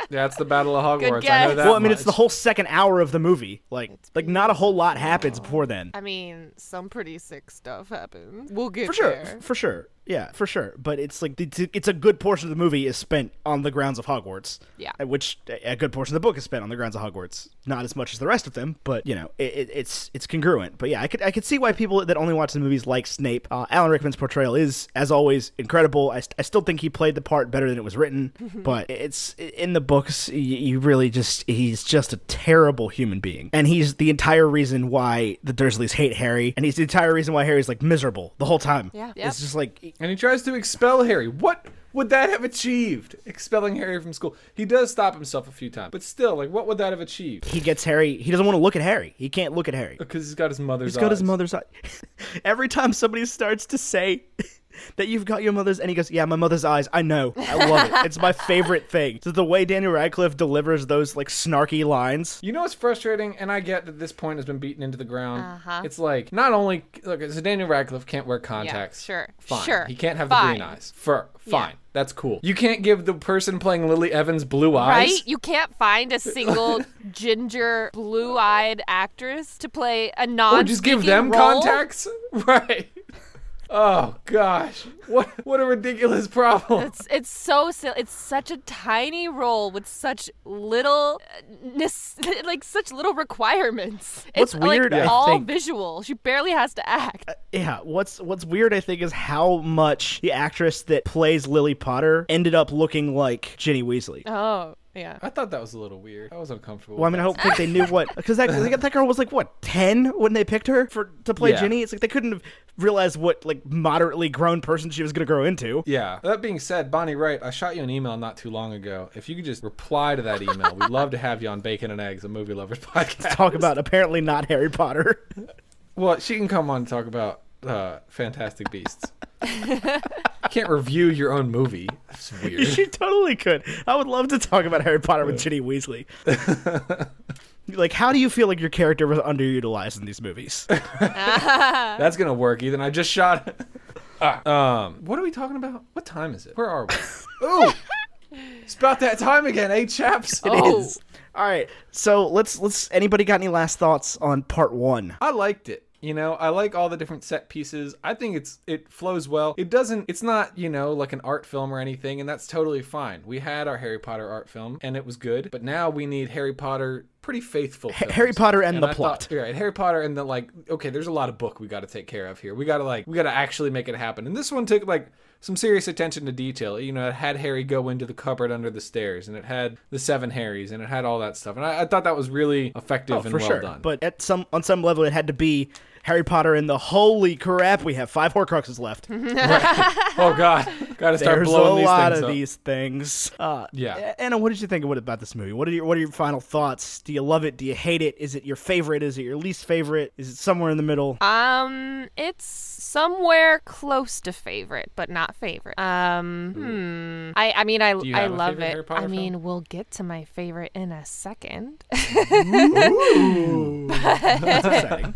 That's the Battle of Good Hogwarts. I know guess. that. well, I mean, it's much. the whole second hour of the movie. Like, like not a whole lot happens before then. I mean, some pretty sick stuff happens. We'll get for sure, there. for sure, yeah, for sure. But it's like it's a, it's a good portion of the movie is spent on the grounds of Hogwarts. Yeah. uh, which a a good portion of the book is spent on the grounds of Hogwarts. Not as much as the rest of them, but you know, it, it, it's it's congruent. But yeah, I could I could see why people that only watch the movies like Snape. Uh, Alan Rickman's portrayal is, as always, incredible. I, st- I still think he played the part better than it was written, but it's in the books. You, you really just he's just a terrible human being, and he's the entire reason why the Dursleys hate Harry, and he's the entire reason why Harry's like miserable the whole time. Yeah. it's just like And he tries to expel Harry. What would that have achieved? Expelling Harry from school. He does stop himself a few times, but still, like, what would that have achieved? he gets Harry. He doesn't want to look at Harry. He can't look at Harry. Because he's got his mother's. He's got his eyes. mother's eye. Every time somebody starts to say that you've got your mother's, and he goes, "Yeah, my mother's eyes." I know. I love it. It's my favorite thing. So the way Daniel Radcliffe delivers those like snarky lines. You know what's frustrating, and I get that this point has been beaten into the ground. Uh-huh. It's like not only look, so Daniel Radcliffe can't wear contacts. sure, fine. sure, He can't have the green fine. eyes. Fur, fine, that's cool. You can't give the person playing Lily Evans blue eyes. Right? You can't find a single ginger, blue-eyed actress to play a non. Or just give them contacts. Right. Oh gosh, what what a ridiculous problem. It's, it's so silly. It's such a tiny role with such little, uh, nes- like such little requirements. What's it's like, weird, I all think- visual. She barely has to act. Uh, Yeah, what's what's weird I think is how much the actress that plays Lily Potter ended up looking like Ginny Weasley. oh, yeah. I thought that was a little weird. I was uncomfortable. Well, I with mean, I that. don't think they knew what because that that girl was like what ten when they picked her for to play Yeah. Ginny. It's like they couldn't have realized what like moderately grown person she was gonna grow into. Yeah. That being said, Bonnie Wright, I shot you an email not too long ago. If you could just reply to that email, we'd love to have you on Bacon and Eggs, a movie lovers podcast. Talk about apparently not Harry Potter. Well, she can come on and talk about uh, Fantastic Beasts. you can't review your own movie. That's weird. she totally could. I would love to talk about Harry Potter with Ginny Weasley. like, how do you feel like your character was underutilized in these movies? That's gonna work, Ethan. I just shot. All right. Um, what are we talking about? What time is it? Where are we? Ooh, it's about that time again, eh, chaps? oh, All right, so let's let's. Anybody got any last thoughts on part one? I liked it. You know, I like all the different set pieces. I think it's it flows well. It doesn't it's not, you know, like an art film or anything, and that's totally fine. We had our Harry Potter art film and it was good, but now we need Harry Potter pretty faithful. films. Harry Potter and the I plot. thought- right, Harry Potter and the like okay, there's a lot of book we gotta take care of here. We gotta like we gotta actually make it happen. And this one took like some serious attention to detail. You know, it had Harry go into the cupboard under the stairs, and it had the seven Harrys, and it had all that stuff. And I, I thought that was really effective and Oh, for well sure. done. But at some on some level, it had to be Harry Potter and the holy crap. We have five Horcruxes left. Oh God, gotta start There's a blowing these lot things of up. these things. Uh, Yeah. A- Anna, what did you think of- what about this movie? What are your What are your final thoughts? Do you love it? Do you hate it? Is it your favorite? Is it your least favorite? Is it somewhere in the middle? Um, it's somewhere close to favorite, but not favorite. Um, hmm. I, I mean, I, you I have a love favorite it. Harry Potter I film? mean, we'll get to my favorite in a second. That's exciting.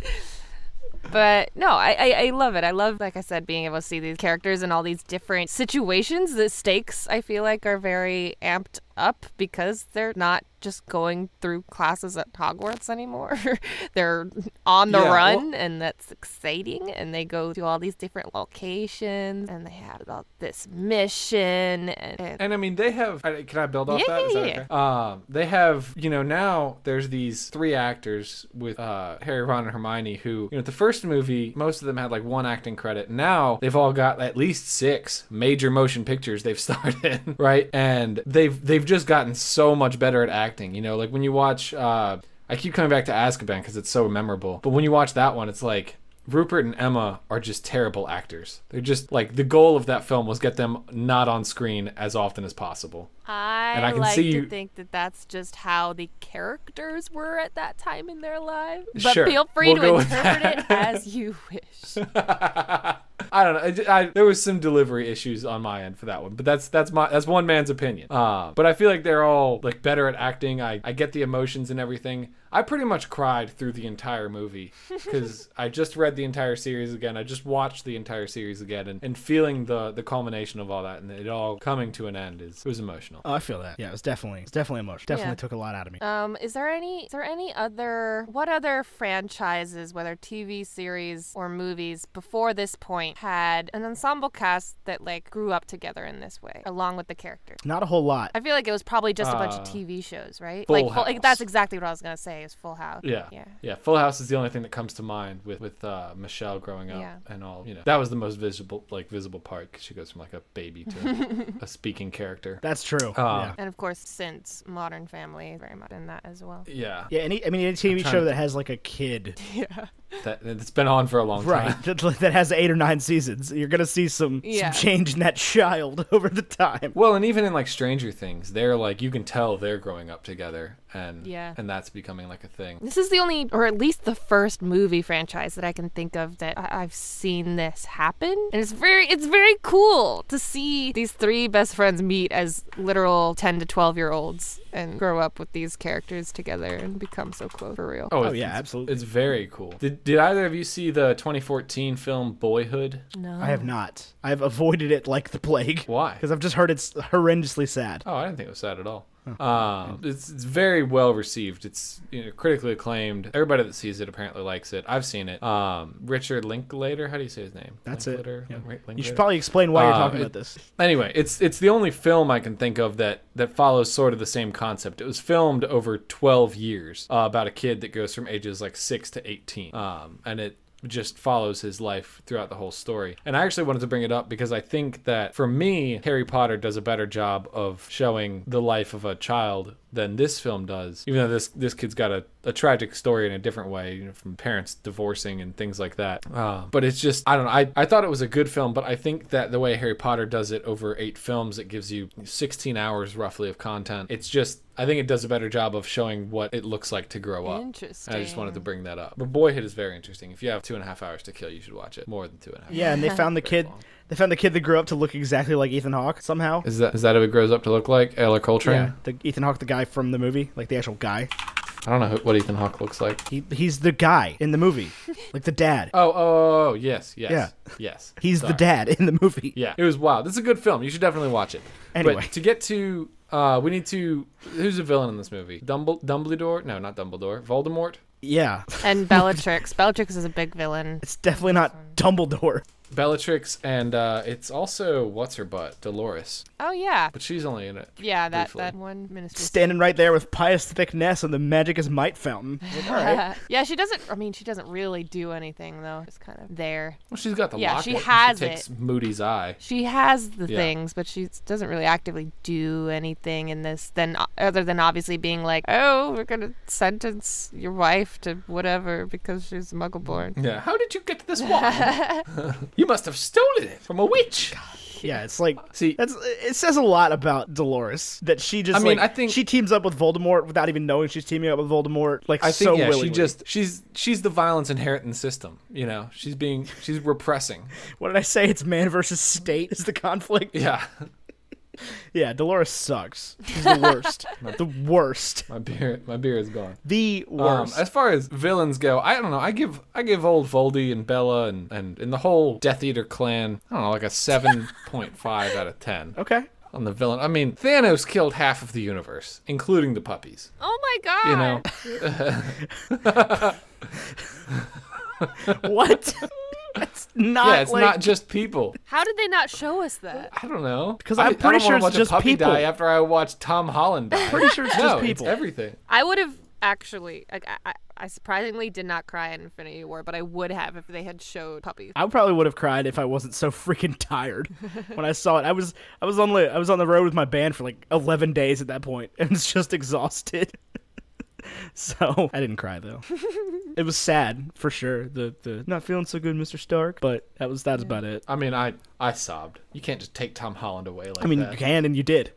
but no, I, I, I love it. I love, like I said, being able to see these characters in all these different situations. The stakes, I feel like, are very amped up because they're not just going through classes at Hogwarts anymore. they're on the Yeah, run, and that's exciting. And they go to all these different locations, and they have all this mission. And, and- And I mean, they have. I- Can I build off Yeah, that? Is yeah, that yeah. okay? Um, they have. You know, now there's these three actors with uh, Harry, Ron, and Hermione. Who, you know, the first movie, most of them had like one acting credit. Now they've all got at least six major motion pictures they've starred in, right? And they've they've just gotten so much better at acting. You know, like when you watch. Uh, I keep coming back to Azkaban because it's so memorable. But when you watch that one, it's like Rupert and Emma are just terrible actors. They're just like the goal of that film was get them not on screen as often as possible. I, And I can like see to you- think that that's just how the characters were at that time in their life. But Sure, feel free we'll to go with interpret that. it as you wish. I don't know. I, ju- I- there was some delivery issues on my end for that one, but that's that's my that's one man's opinion. Uh, but I feel like they're all like better at acting. I I get the emotions and everything. I pretty much cried through the entire movie because I just read the entire series again. I just watched the entire series again, and, and feeling the the culmination of all that and it all coming to an end is it was emotional. Oh, I feel that. Yeah, it was definitely it's definitely emotional. Definitely Yeah. took a lot out of me. Um, is there any is there any other what other franchises, whether TV series or movies, before this point had an ensemble cast that like grew up together in this way, along with the characters? Not a whole lot. I feel like it was probably just a bunch of Uh, TV shows, right? Full like, like that's House. exactly what I was gonna say. Is Full House? Yeah. yeah. Full House is the only thing that comes to mind with with uh, Michelle growing up Yeah. and all. You know, that was the most visible like visible part 'cause she goes from like a baby to a speaking character. That's true. Uh, yeah. And of course, since Modern Family, very much in that as well. Yeah, Yeah, any I mean any TV trying show to- that has like a kid, that it's been on for a long right? time. That, that has eight or nine seasons, you're gonna see some, Yeah. some change in that child over the time. Well, and even in like Stranger Things, they're like you can tell they're growing up together, and Yeah. and that's becoming like a thing. This is the only, or at least the first movie franchise that I can think of that I- I've seen this happen, and it's very, it's very cool to see these three best friends meet as literal ten to twelve year olds and grow up with these characters together and become so close for real. Oh, it's- yeah, it's- absolutely. It's very cool. Did, did either of you see the 2014 film Boyhood? no, I have not. I've avoided it like the plague. Why? Because I've just heard it's horrendously sad. Oh, I didn't think it was sad at all. Um, it's, it's very well received. It's you know critically acclaimed. Everybody that sees it apparently likes it. I've seen it. Um, Richard Linklater, how do you say his name? That's it. Linklater? Yeah. Link- You should Linklater? probably explain why you're Uh, talking it- about this. Anyway, it's it's the only film I can think of that that follows sort of the same concept. It was filmed over 12 years uh, about a kid that goes from ages like 6 to 18. Um, and it just follows his life throughout the whole story. And I actually wanted to bring it up because I think that for me, Harry Potter does a better job of showing the life of a child than this film does. Even though this this kid's got a, a tragic story in a different way, you know, from parents divorcing and things like that. Uh, Ah. but it's just I don't know. I, I thought it was a good film, but I think that the way Harry Potter does it over eight films, it gives you 16 hours roughly of content. It's just I think it does a better job of showing what it looks like to grow up. Interesting. I just wanted to bring that up. But Boyhood is very interesting. If you have two and a half hours to kill, you should watch it. More than two and a half. Yeah, and they found the Very kid. long. They found the kid that grew up to look exactly like Ethan Hawke somehow. Is that is that what it grows up to look like? Eller Coltrane. Yeah, the Ethan Hawke, the guy from the movie, like the actual guy. I don't know who, what Ethan Hawke looks like. He he's the guy in the movie, like the dad. Oh, oh, oh, yes, yes, Yeah. yes. He's Sorry. the dad in the movie. Yeah, it was wild. This is a good film. You should definitely watch it. Anyway. but to get to, uh, we need to. Who's the villain in this movie? Dumble, Dumbledore? No, not Dumbledore. Voldemort. Yeah, And Bellatrix. Bellatrix is a big villain. it's definitely not Dumbledore. Bellatrix, and uh, it's also what's her butt, Dolores, Oh yeah, but she's only in it. yeah. That Briefly. that one ministry. Standing right there with Pious Thick Ness and the Magic is Might Fountain. Like, all right. yeah, she doesn't. I mean, she doesn't really do anything though. It's kind of there. Well, she's got the Yeah, locket. she and has takes Moody's eye. She has the Yeah. things, but she doesn't really actively do anything in this. Then, other than obviously being like, "Oh, we're gonna sentence your wife to whatever because she's muggle born." Yeah. How did you get this wand? you must have stolen it from a witch. Yeah, it's like See- that's it says a lot about Dolores that she I just. mean, like, I think- she teams up with Voldemort without even knowing she's teaming up with Voldemort. Like I think so yeah, willingly. she just she's she's the violence inherent in the system. You know, she's being she's repressing. What did I say? It's man versus state is the conflict. Yeah, Yeah, Dolores sucks. She's the worst. the worst. my beer my beer is gone. The Um, worst. as far as villains go, I don't know. I give I give old Voldy and Bella and, and, and the whole Death Eater clan, I don't know, like a seven point five out of ten okay. on the villain. I mean, Thanos killed half of the universe, including the puppies. Oh my god! You know, What? That's not yeah, it's like not just people. How did they not show us that? I don't know 'Cause I- I I'm don't wanna pretty sure it's watch a just puppy people. Die after I watched Tom Holland die. Pretty sure it's no, just it's people. everything. I would have actually. Like, I, I, I surprisingly did not cry in Infinity War, but I would have if they had showed puppies. I probably would have cried if I wasn't so freaking tired when I saw it. I was I was on the I was on the road with my band for like eleven days at that point, and it's just exhausted. So I didn't cry though. it was sad for sure. The the not feeling so good, Mr. Stark. But that was that's about it. I mean, I I sobbed. You can't just take Tom Holland away like I mean, that. you can and you did.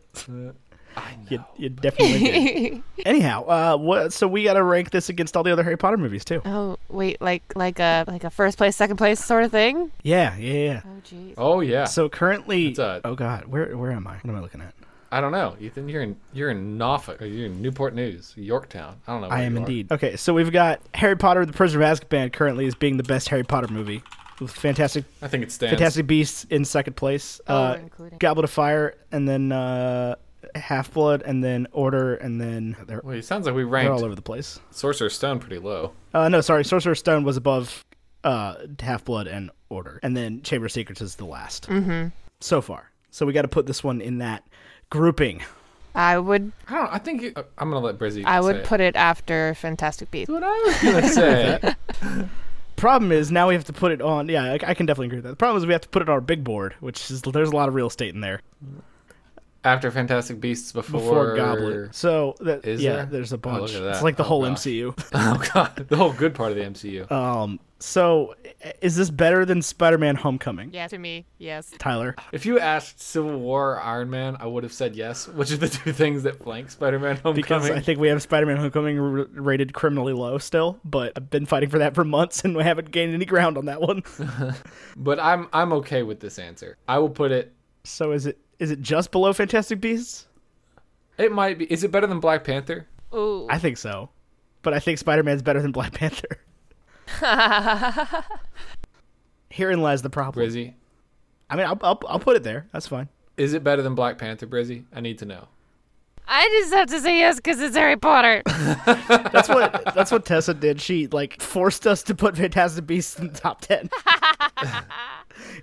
I know. You, you definitely did. Anyhow, uh, what? So we got to rank this against all the other Harry Potter movies too. oh wait, like like a like a first place, second place sort of thing. Yeah, yeah, yeah. Oh jeez. Oh yeah. So currently, It's, uh, oh god, where where am I? What am I looking at? I don't know, Ethan. You're in you're in Norfolk. Or you're in Newport News, Yorktown. I don't know. where I am Oh, you are. indeed. Okay, so we've got Harry Potter: The Prisoner of Azkaban currently as being the best Harry Potter movie. With Fantastic I think it stands. Fantastic Beasts in second place. Oh, uh, we're including- Goblet of Fire, and then uh, Half Blood, and then Order, and then they're, Well, it sounds like we they're ranked all over the place. Sorcerer's Stone pretty low. Uh, no, sorry, Sorcerer's Stone was above uh, Half Blood and Order, and then Chamber of Secrets is the last Mm-hmm. so far. So we got to put this one in that grouping. I would I don't. I think you, uh, I'm gonna let Brizzy. I say would it. put it after Fantastic Beasts. What I was gonna say. Problem is now we have to put it on. Yeah, I, I can definitely agree with that. The problem is we have to put it on our big board, which is there's a lot of real estate in there After Fantastic Beasts, before, before Goblet. So that Is yeah, there? there's a Oh, look bunch. at It's that. like the Oh, whole gosh. MCU. Oh god, the whole good part of the MCU. Um, so i- is this better than Spider-Man: Homecoming? Yeah, to me, yes. Tyler, if you asked Civil War or Iron Man, I would have said yes, which are the two things that flank Spider-Man: because Homecoming. I think we have Spider-Man: Homecoming r- rated criminally low still, but I've been fighting for that for months and we haven't gained any ground on that one. but I'm I'm okay with this answer. I will put it. so is it is it just below Fantastic Beasts? It might be. Is it better than Black Panther? Ooh. I think so, but I think Spider-Man's better than Black Panther. Herein lies the problem. Brizzy, I mean, I'll, I'll I'll put it there. That's fine. is it better than Black Panther? Brizzy, I need to know. I just have to say yes because it's Harry Potter. That's what that's what Tessa did. She like forced us to put Fantastic Beasts in the top ten.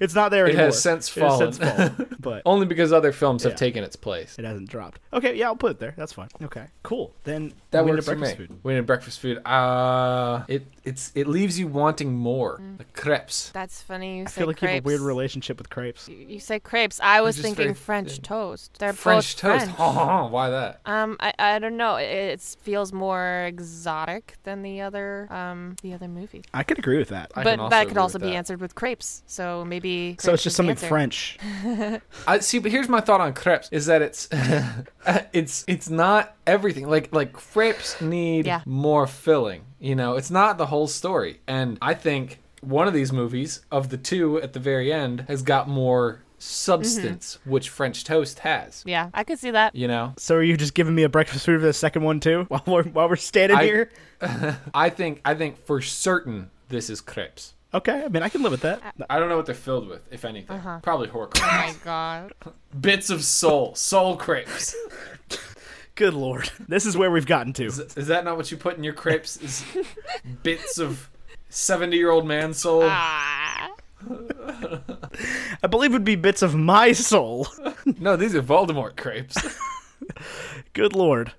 it's not there It anymore. has since It has fallen. since fallen, but Only because other films Yeah. have taken its place. it hasn't dropped. Okay, yeah, I'll put it there. That's fine. Okay, cool. Then That we works for need a me. breakfast food. We need breakfast food. Uh, it it's it leaves you wanting more. Mm. The crepes. That's funny. You I feel like you have a weird relationship with crepes. You you say crepes. I was just thinking very- French toast. They're French both toast. French. Why that? Um, I, I don't know. It, it feels more exotic than the other um the other movie. I could agree with that. I can but also that could agree also with be that. answered with crepes. So maybe. So crepes it's just is the something answer. French. I see, but here's my thought on crepes: is that it's it's it's not everything. Like like crepes need Yeah. more filling. You know, it's not the whole story. And I think one of these movies, of the two at the very end, has got more substance, Mm-hmm. which French toast has. Yeah, I could see that. Oh You know, So are you just giving me a breakfast food for the second one too? While we're while we're standing I- here. I think I think for certain this is crepes. Okay, I mean I can live with that. I don't know what they're filled with, if anything. Probably Oh horcrux. my god. Bits of soul, soul crepes. Good lord, this is where we've gotten to. Is, is that not what you put in your crepes? Is bits of seventy-year-old man soul? Ah. I believe it would be bits of my soul. No, these are Voldemort crepes. Good lord.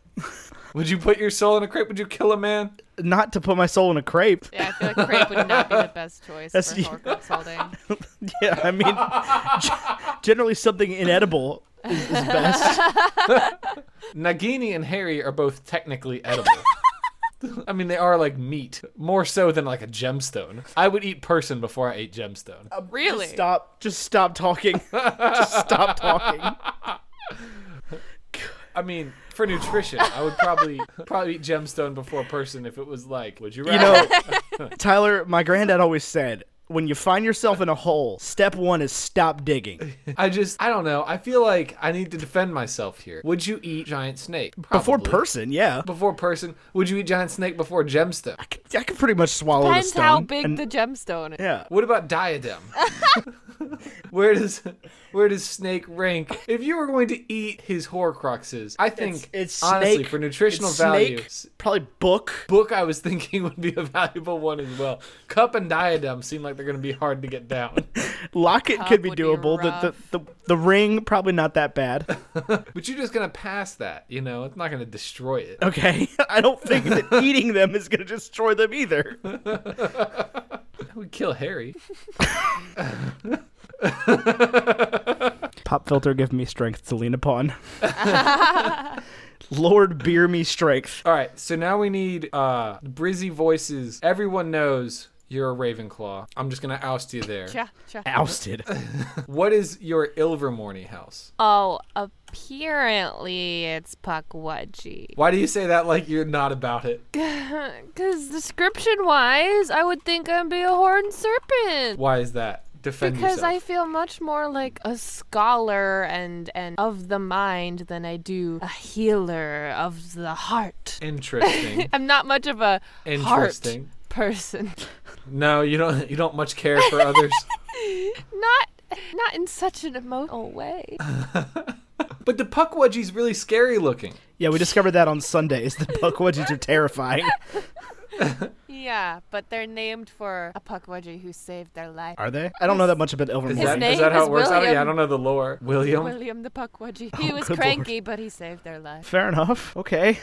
Would you put your soul in a crepe? Would you kill a man? not to put my soul in a crepe. Yeah, I feel like crepe would not be the best choice That's- for Horcrux holding. Yeah, I mean, g- generally something inedible is, is best. Nagini and Harry are both technically edible. I mean, they are like meat, more so than like a gemstone. I would eat person before I ate gemstone. Really? Just stop. Just stop talking. just stop talking. I mean, for nutrition, I would probably probably eat gemstone before person if it was like, would you rather? You know, Tyler, my granddad always said, when you find yourself in a hole, step one is stop digging. I just, I don't know. I feel like I need to defend myself here. Would you eat giant snake Before Probably. person, yeah. Before person, would you eat giant snake before gemstone? I could pretty much swallow the Depends stone. how big and- the gemstone is. yeah. What about diadem? where does where does Snake rank? If you were going to eat his Horcruxes, I think It's, it's honestly snake, for nutritional it's value, snake, s- probably book. book I was thinking would be a valuable one as well. Cup and diadem seem like they're going to be hard to get down. Locket could be would be doable. the, the, the, the ring, probably not that bad. but you're just going to pass that, you know. It's not going to destroy it. Okay. I don't think that eating them is going to destroy them either. It would kill Harry. Pop filter, give me strength to lean upon. Lord beer me strength. All right, so now we need uh Brizzy voices. Everyone knows you're a Ravenclaw. I'm just gonna oust you there. Cha, cha. Ousted. What is your Ilvermorny house? Oh, apparently it's Puckwudgie. Why do you say that like you're not about it? Because description wise, I would think I'd be a horned serpent. Why is that? Defend Because I yourself. feel much more like a scholar and, and of the mind than I do a healer of the heart. Interesting. I'm not much of a heart Interesting. person. no, you don't. You don't much care for others. Not not in such an emotional way. But the Puckwudgie's really scary looking. yeah, we discovered that on Sundays. The buck wedgies are terrifying. Yeah, but they're named for a Puckwudgie who saved their life. Are they? I don't know that much about Ilvermorny. Is His that, is name that how is it works? I don't, yeah, I William. don't know the lore. William. William the Puckwudgie. He was Oh, good lord. cranky, but he saved their life. Fair enough. Okay.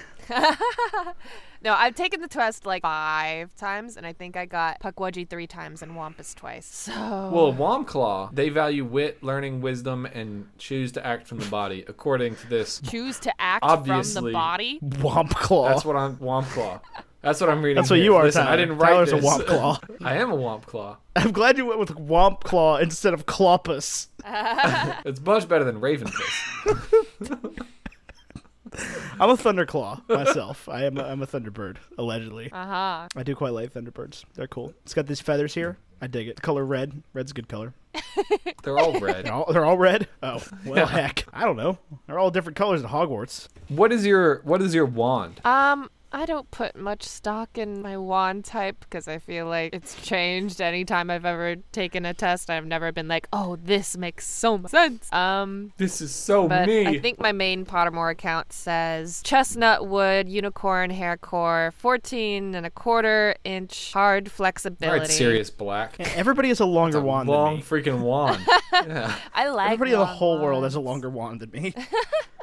No, I've taken the test like five times, and I think I got Puckwudgie three times and Wampus twice. So Well, Womclaw, they value wit, learning, wisdom, and choose to act from the body, according to this. choose to act from Obviously. the body. Womp claw. That's what I'm Womclaw. That's what I'm reading. That's what here. you are, Listen, I Tyler. didn't write Tyler's a this. Womclaw. I am a Womclaw. I'm glad you went with Womp claw instead of Clopus. It's much better than Ravenfist. I'm a Thunderclaw myself. I am. A, I'm a Thunderbird. Allegedly, Uh huh. I do quite like Thunderbirds. They're cool. It's got these feathers here. I dig it. Color red. Red's a good color. They're all red. They're all, they're all red. Oh well, heck. I don't know. They're all different colors at Hogwarts. What is your What is your wand? Um, I don't put much stock in my wand type because I feel like it's changed anytime I've ever taken a test. I've never been like, oh, this makes so much sense. Um, This is so But me. I think my main Pottermore account says chestnut wood, unicorn hair core, 14 and a quarter inch hard all flexibility. right, Sirius Black. Everybody has a longer wand than Long me. freaking wand. Yeah. I like Everybody in the long whole world ones. has a longer wand than me.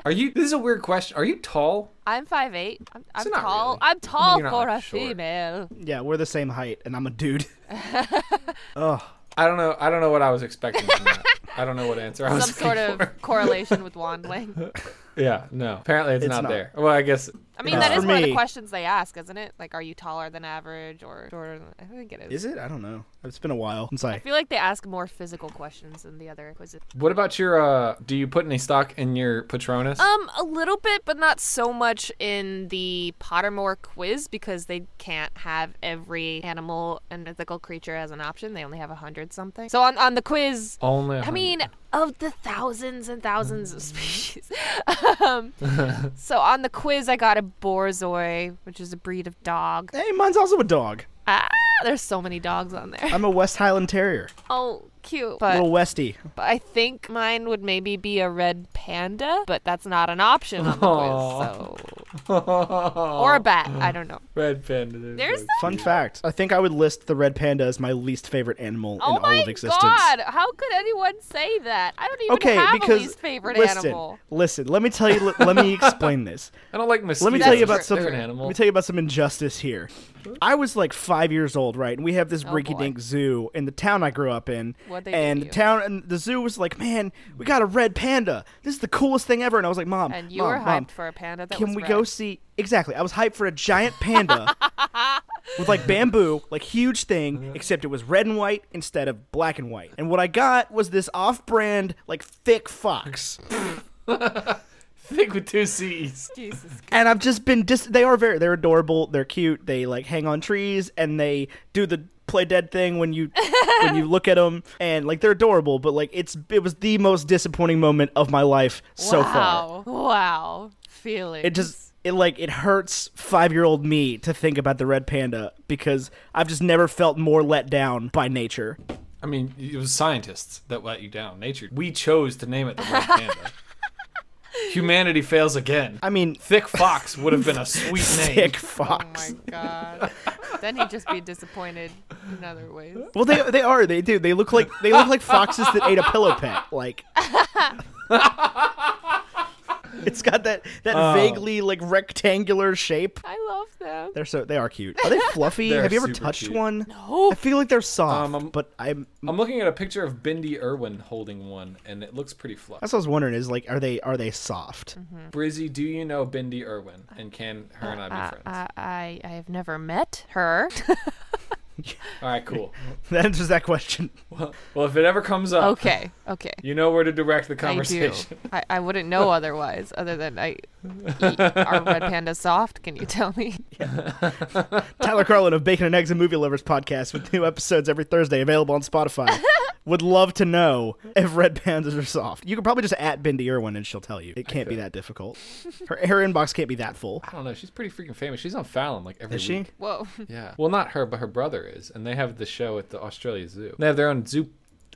Are you? This is a weird question. Are you tall? I'm 5'8. I'm, I'm So not tall. really. I'm tall you're not, for like, a short. female. yeah, we're the same height, and I'm a dude. I don't know. I don't know what I was expecting from that. I don't know what answer I was Some sort looking of for. correlation with wand length. Yeah, no. Apparently, it's, not, not. there. Well, I guess. I mean, that For is one of the me- questions they ask, isn't it? Like, are you taller than average or shorter than. I think it is. Is it? I don't know. It's been a while since I. I feel like they ask more physical questions than the other quizzes. What about your? uh Do you put any stock in your Patronus? Um, a little bit, but not so much in the Pottermore quiz because they can't have every animal and mythical creature as an option. They only have a hundred something. So on, on the quiz, Only. I mean, of the thousands and thousands of species. um, so on the quiz, I got a Borzoi, which is a breed of dog. Hey, mine's also a dog. Ah, there's so many dogs on there. I'm a West Highland Terrier. Oh, cute. But, Little Westie. but I think mine would maybe be a red panda, but that's not an option on the quiz. So. or Oh, a bat. mm. I don't know. red panda. they're There's so- Fun fact. I think I would list the red panda as my least favorite animal Oh in my all of existence. god! How could anyone say that? I don't even Okay, have because a least favorite listen, animal. listen. Let me tell you. Let, let me explain this. I don't like mosquitoes. Let me tell you about That's something. They're an animal. Let me tell you about some injustice here. I was like five years old, right? And we have this rinky-dink zoo in the town I grew up in. Oh, What'd they do and to the you? town and the zoo was like, man, we got a red panda. This is the coolest thing ever. And I was like, mom, And you mom, were hyped mom, for a panda. That can was we red. go see exactly i was hyped for a giant panda with like bamboo like huge thing except it was red and white instead of black and white and what i got was this off-brand like thick fox Think with two C's. Jesus. and i've just been dis- they are very they're adorable they're cute they like hang on trees and they do the play dead thing when you when you look at them and like they're adorable but like it's it was the most disappointing moment of my life so far wow. Wow. Feeling. it just it like it hurts five year old me to think about the red panda because I've just never felt more let down by nature. I mean, it was scientists that let you down. Nature. We chose to name it the red panda. Humanity fails again. I mean, Thick fox would have been a sweet name. thick Oh fox. my god. then he'd just be disappointed in other ways. Well, they they are they do they look like they look like foxes that ate a pillow pet. Like it's got that that Oh. vaguely like rectangular shape. I love them. They're so they are cute. Are they fluffy? They're Have you ever super touched cute. Um, one? No. I feel like they're soft, I'm- but I'm. I'm looking at a picture of Bindi Irwin holding one, and it looks pretty fluffy. That's what I was wondering. Is like, are they are they soft? Brizzy, do you know Bindi Irwin? And can her and I be friends? I, Uh, I I have never met her. All right, cool. That answers that question. Well, if it ever comes up, okay, okay. you know where to direct the I do. conversation. I, I wouldn't know otherwise, other than I eat- are red pandas soft. Can you tell me? Tyler Carlin of Bacon and Eggs and Movie Lovers podcast with new episodes every Thursday available on Spotify. Would love to know if red pandas are soft. You could probably just at Bindi Irwin and she'll tell you. It can't be that difficult. Her, her inbox can't be that full. I don't know. She's pretty freaking famous. She's on Fallon like every Is she? week. Whoa. Yeah. Well, not her, but her brother is, and they have the show at the Australia Zoo. They have their own zoo,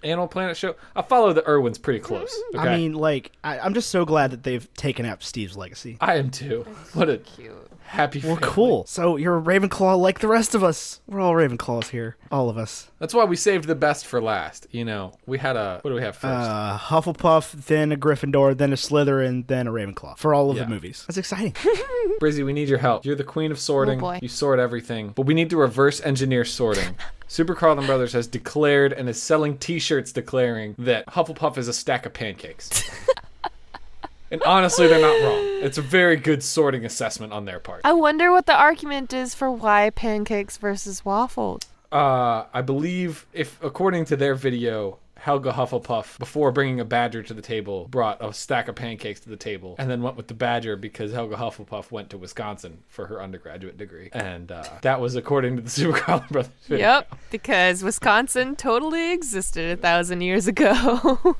Animal Planet show. I follow the Irwins pretty close. Okay? I mean, like, I, I'm just so glad that they've taken up Steve's legacy. I am too. What a Cute. happy. Well, family. cool. So you're a Ravenclaw like the rest of us. We're all Ravenclaws here. All of us. That's why we saved the best for last. You know, we had a. What do we have first? Uh, Hufflepuff, then a Gryffindor, then a Slytherin, then a Ravenclaw for all of Yeah. the movies. That's exciting. Brizzy, we need your help. You're the queen of sorting. boy. you sort everything, but we need to reverse engineer sorting. Super Carlin Brothers has declared and is selling T-shirts declaring that Hufflepuff is a stack of pancakes. and honestly, they're not wrong. It's a very good sorting assessment on their part. I wonder what the argument is for why pancakes versus waffles. Uh, I believe, if according to their video. Helga Hufflepuff, before bringing a badger to the table, brought a stack of pancakes to the table and then went with the badger because Helga Hufflepuff went to Wisconsin for her undergraduate degree. And uh, that was according to the Super Carlin Brothers video. Yep, because Wisconsin totally existed a thousand years ago.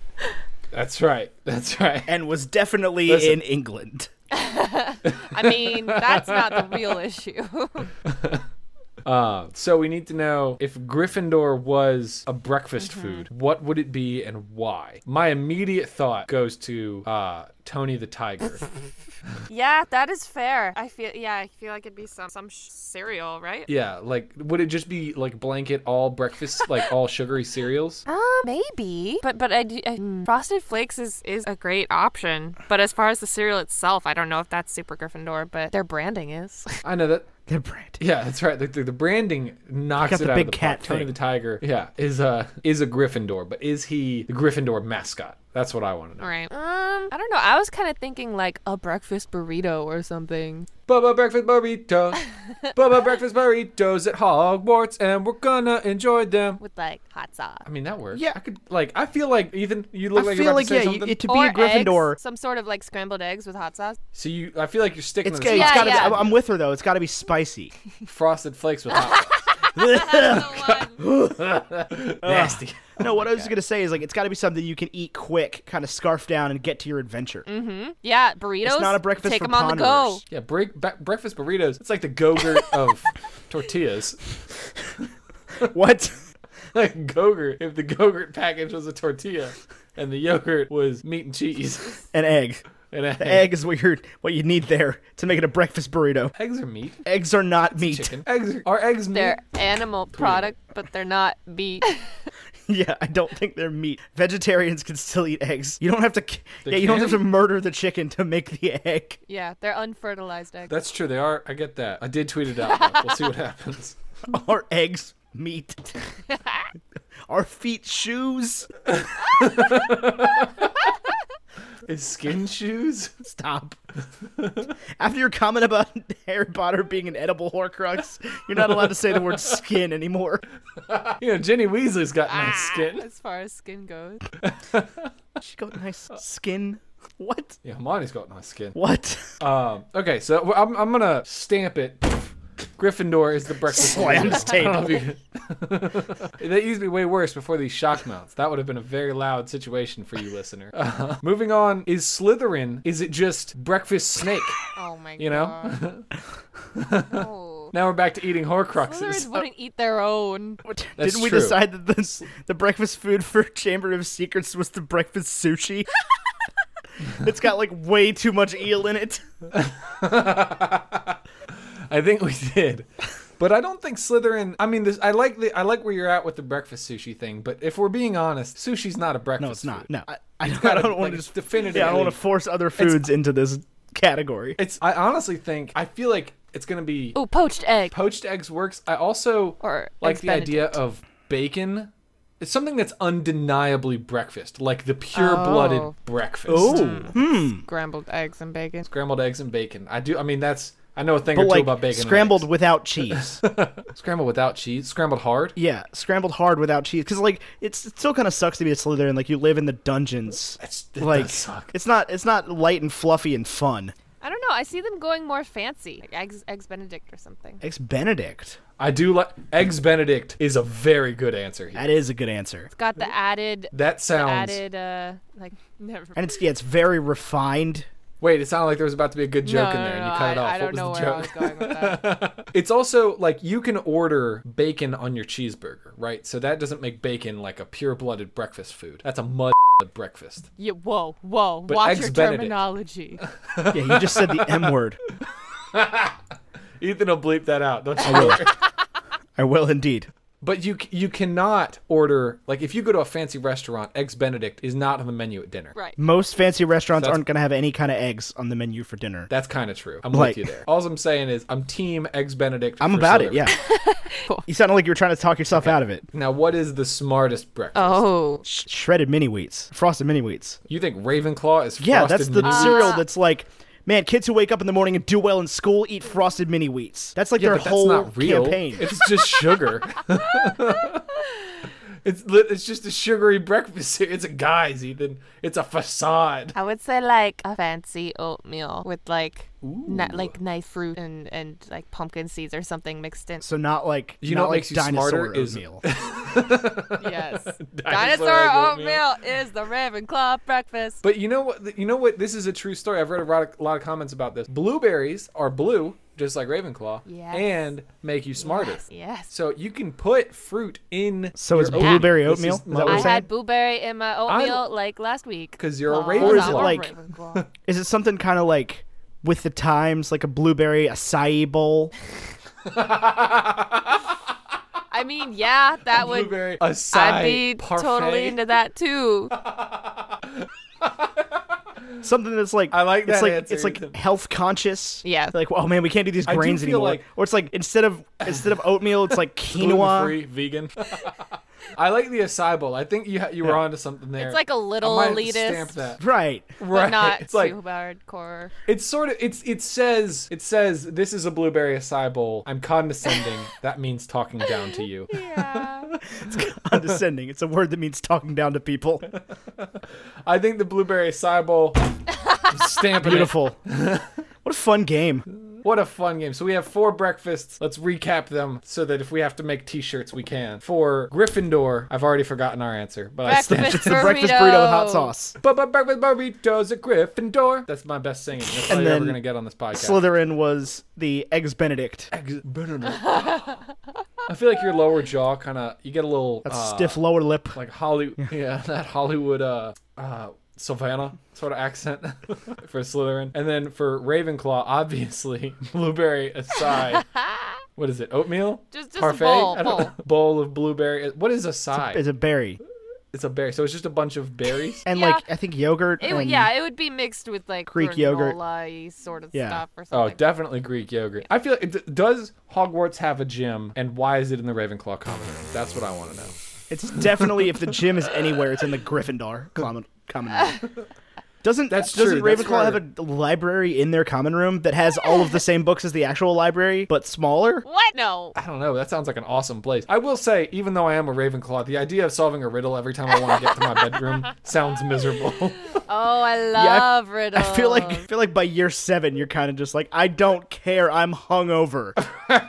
That's right. That's right. and was definitely Listen. in England. I mean, that's not the real issue. Uh, so we need to know if Gryffindor was a breakfast food, what would it be and why? My immediate thought goes to uh, Tony the Tiger. yeah, that is fair. I feel yeah, I feel like it'd be some some sh- cereal, right? yeah, like would it just be like blanket all breakfast, like all sugary cereals? Um, maybe, but but I, do- I- mm, frosted flakes is is a great option. But as far as the cereal itself, I don't know if that's super Gryffindor, but their branding is. I know that. They're brand. Yeah, that's right. The, the, the branding knocks Got it the out big of the cat park. Tony thing. the Tiger, yeah, is a is a Gryffindor, but is he the Gryffindor mascot? That's what I want to know. right. Um, I don't know. I was kind of thinking like a breakfast burrito or something. Bubba breakfast burritos. Bubba breakfast burritos at Hogwarts, and we're gonna enjoy them. With like hot sauce. I mean, that works. Yeah. I could like. I feel like Ethan, you look I like you're feel about like to say yeah, you, something. it, to be Or a Gryffindor. eggs, some sort of like scrambled eggs with hot sauce. so you, I feel like you're sticking. It's, to it's the same Yeah, gotta yeah. be. I'm, I'm with her though. It's gotta be spicy. frosted flakes with hot sauce. nasty. no, what I was gonna say is like it's gotta be something you can eat quick, kind of scarf down and get to your adventure. Yeah, burritos. not a breakfast Mm-hmm. Take for them on the go. ponderers. Yeah, break, ba- breakfast burritos. It's like the go-gurt of tortillas. What? Like go-gurt. If the go-gurt package was a tortilla, and the yogurt was meat and cheese, An egg. and The egg is what you're what you need there to make it a breakfast burrito. eggs are meat. Eggs are not meat. Chicken. Eggs are, are eggs meat. They're animal product, but they're not beef. Yeah, I don't think they're meat. Vegetarians can still eat eggs. You don't have to. k- They yeah, you don't can? have to murder the chicken to make the egg. yeah, they're unfertilized eggs. That's true. They are. I get that. I did tweet it out. though. we'll see what happens. Are eggs meat? Are feet shoes? Is skin shoes? Stop. After your comment about Harry Potter being an edible Horcrux, you're not allowed to say the word skin anymore. You know, Jenny Weasley's got nice Ah. skin. As far as skin goes. She got nice skin. What? Yeah, Hermione's got nice skin. What? Um, okay, so w- I'm, I'm gonna stamp it. Gryffindor is the breakfast. Slams burrito. I don't know if you- that used to be way worse before these shock mounts. That would have been a very loud situation for you, listener. Uh-huh. Uh, moving on, is Slytherin? Is it just breakfast snake? Oh my Oh. You know. god. now we're back to eating Slytherins Horcruxes. wouldn't eat their own. That's Didn't we true. decide that the, the breakfast food for Chamber of Secrets was the breakfast sushi? it's got like way too much eel in it. I think we did. But I don't think Slytherin. I mean, this. I like the. I like where you're at with the breakfast sushi thing. But if we're being honest, sushi's not a breakfast. No, it's not. food. No, I, I don't, Gotta- want like, to it's just definitively. Yeah, I don't want to force other foods into this category. It's. I honestly think. I feel like it's gonna be Ooh, poached egg. poached eggs works. I also Or like eggs the idea of bacon. It's something that's undeniably breakfast, like the pure-blooded Oh. breakfast. Scrambled eggs and bacon. Scrambled eggs and bacon. I do. I mean, that's. I know a thing But or two like about bacon. and scrambled eggs. without cheese. scrambled without cheese, scrambled hard. yeah, scrambled hard without cheese. Because like it's it still kind of sucks to be a Slytherin. Like you live in the dungeons. That's like does suck. it's not it's not light and fluffy and fun. I don't know. I see them going more fancy, like eggs, eggs Benedict or something. Ex Benedict. I do like eggs Benedict is a very good answer here. That is a good answer. It's got the added, That sounds. added, uh, like never. And it's yeah, it's very refined. Wait, it sounded like there was about to be a good No, joke in no, there, and no, you cut I, it off. I what don't was know the where I was joke? going with that. it's also like you can order bacon on your cheeseburger, right? So that doesn't make bacon like a pure-blooded breakfast food. That's a mud breakfast. Yeah, whoa, whoa. But Watch Eggs your Benedict. terminology. Yeah, you just said the M word. Ethan will bleep that out. Don't you worry. I will indeed. But you c- you cannot order like if you go to a fancy restaurant, eggs Benedict is not on the menu at dinner. right. Most fancy restaurants That's- aren't going to have any kind of eggs on the menu for dinner. That's kind of true. I'm Like- with you there. All I'm saying is I'm team eggs Benedict. I'm for about it. Slytherin. Yeah. You sounded like you were trying to talk yourself out of it. Now, what is the smartest breakfast? Oh. Sh- shredded mini wheats, frosted mini wheats. You think Ravenclaw is Yeah, frosted that's the mini wheats? cereal that's like, man, kids who wake up in the morning and do well in school eat frosted mini wheats. That's like Yeah, their but that's whole not real. campaign. It's just sugar. it's li- it's just a sugary breakfast. cereal. It's a guise, Ethan. It's a facade. I would say like a fancy oatmeal with like ni- like nice fruit and, and like pumpkin seeds or something mixed in. so not like You know not what like makes you dinosaur smarter is- oatmeal. yes. Dinosaur, Dinosaur oatmeal. oatmeal is the Ravenclaw breakfast. But you know what? You know what? This is a true story. I've read a lot of, lot of comments about this. Blueberries are blue, just like Ravenclaw, Yes. and make you smarter. Yes. So you can put fruit in. So it's your blueberry This oatmeal? is Is that what I we're saying? had blueberry in my oatmeal like last week. 'Cause you're a Blah, Ravenclaw. Or is it blah, like- Ravenclaw. is it something kind of like with the times, like a blueberry acai bowl? I mean, yeah, that would blueberry acai I'd be parfait. totally into that too. Something that's like I like it's that like answer, it's like Ethan. health conscious. Yeah. Like, oh man, we can't do these I do grains feel anymore. like- or it's like instead of instead of oatmeal, it's like quinoa. gluten-free, vegan. I like the acai bowl. I think you ha- you were onto something there. It's like a little I might have to elitist, Stamp that. Right. but Right. not it's like too hardcore. it's sort of it's it says it says this is a blueberry acai bowl. I'm condescending. that means talking down to you. Yeah. Condescending. It's a word that means talking down to people. I think the blueberry acai bowl. I'm stamping it. Beautiful. what a fun game. What a fun game. So we have four breakfasts. Let's recap them so that if we have to make T-shirts, we can. For Gryffindor, I've already forgotten our answer, but I stamped. Breakfast It's a breakfast burrito with hot burrito. sauce. But but breakfast burritos at Gryffindor. That's my best singing. That's all And you're ever then gonna get on this podcast. Slytherin was the eggs Benedict. Ex- I feel like your lower jaw kind of you get a little That's uh, stiff lower lip. like Hollywood. Yeah, that Hollywood uh, uh, Savannah sort of accent for Slytherin, and then for Ravenclaw, obviously blueberry acai. what is it? Oatmeal? Just- just a bowl, I don't bowl. know. Bowl of blueberry. What is acai? It's Is a, a berry. berry. So it's just a bunch of berries. And Yeah. like I think yogurt It, and would yeah, it would be mixed with like Greek yogurt. granola-y sort of Yeah. stuff or Oh, something. definitely Greek yogurt. I feel like, d- does Hogwarts have a gym, and why is it in the Ravenclaw common room? That's what I want to know. it's definitely if the gym is anywhere, it's in the Gryffindor common common room. Doesn't That's doesn't true, that's Ravenclaw have a library in their common room that has all of the same books as the actual library but smaller? What? No. I don't know. That sounds like an awesome place. I will say, even though I am a Ravenclaw, the idea of solving a riddle every time I want to get to my bedroom sounds miserable. Oh, I I- love riddles. I feel like I feel like by year seven you're kind of just like I don't care. I'm hungover.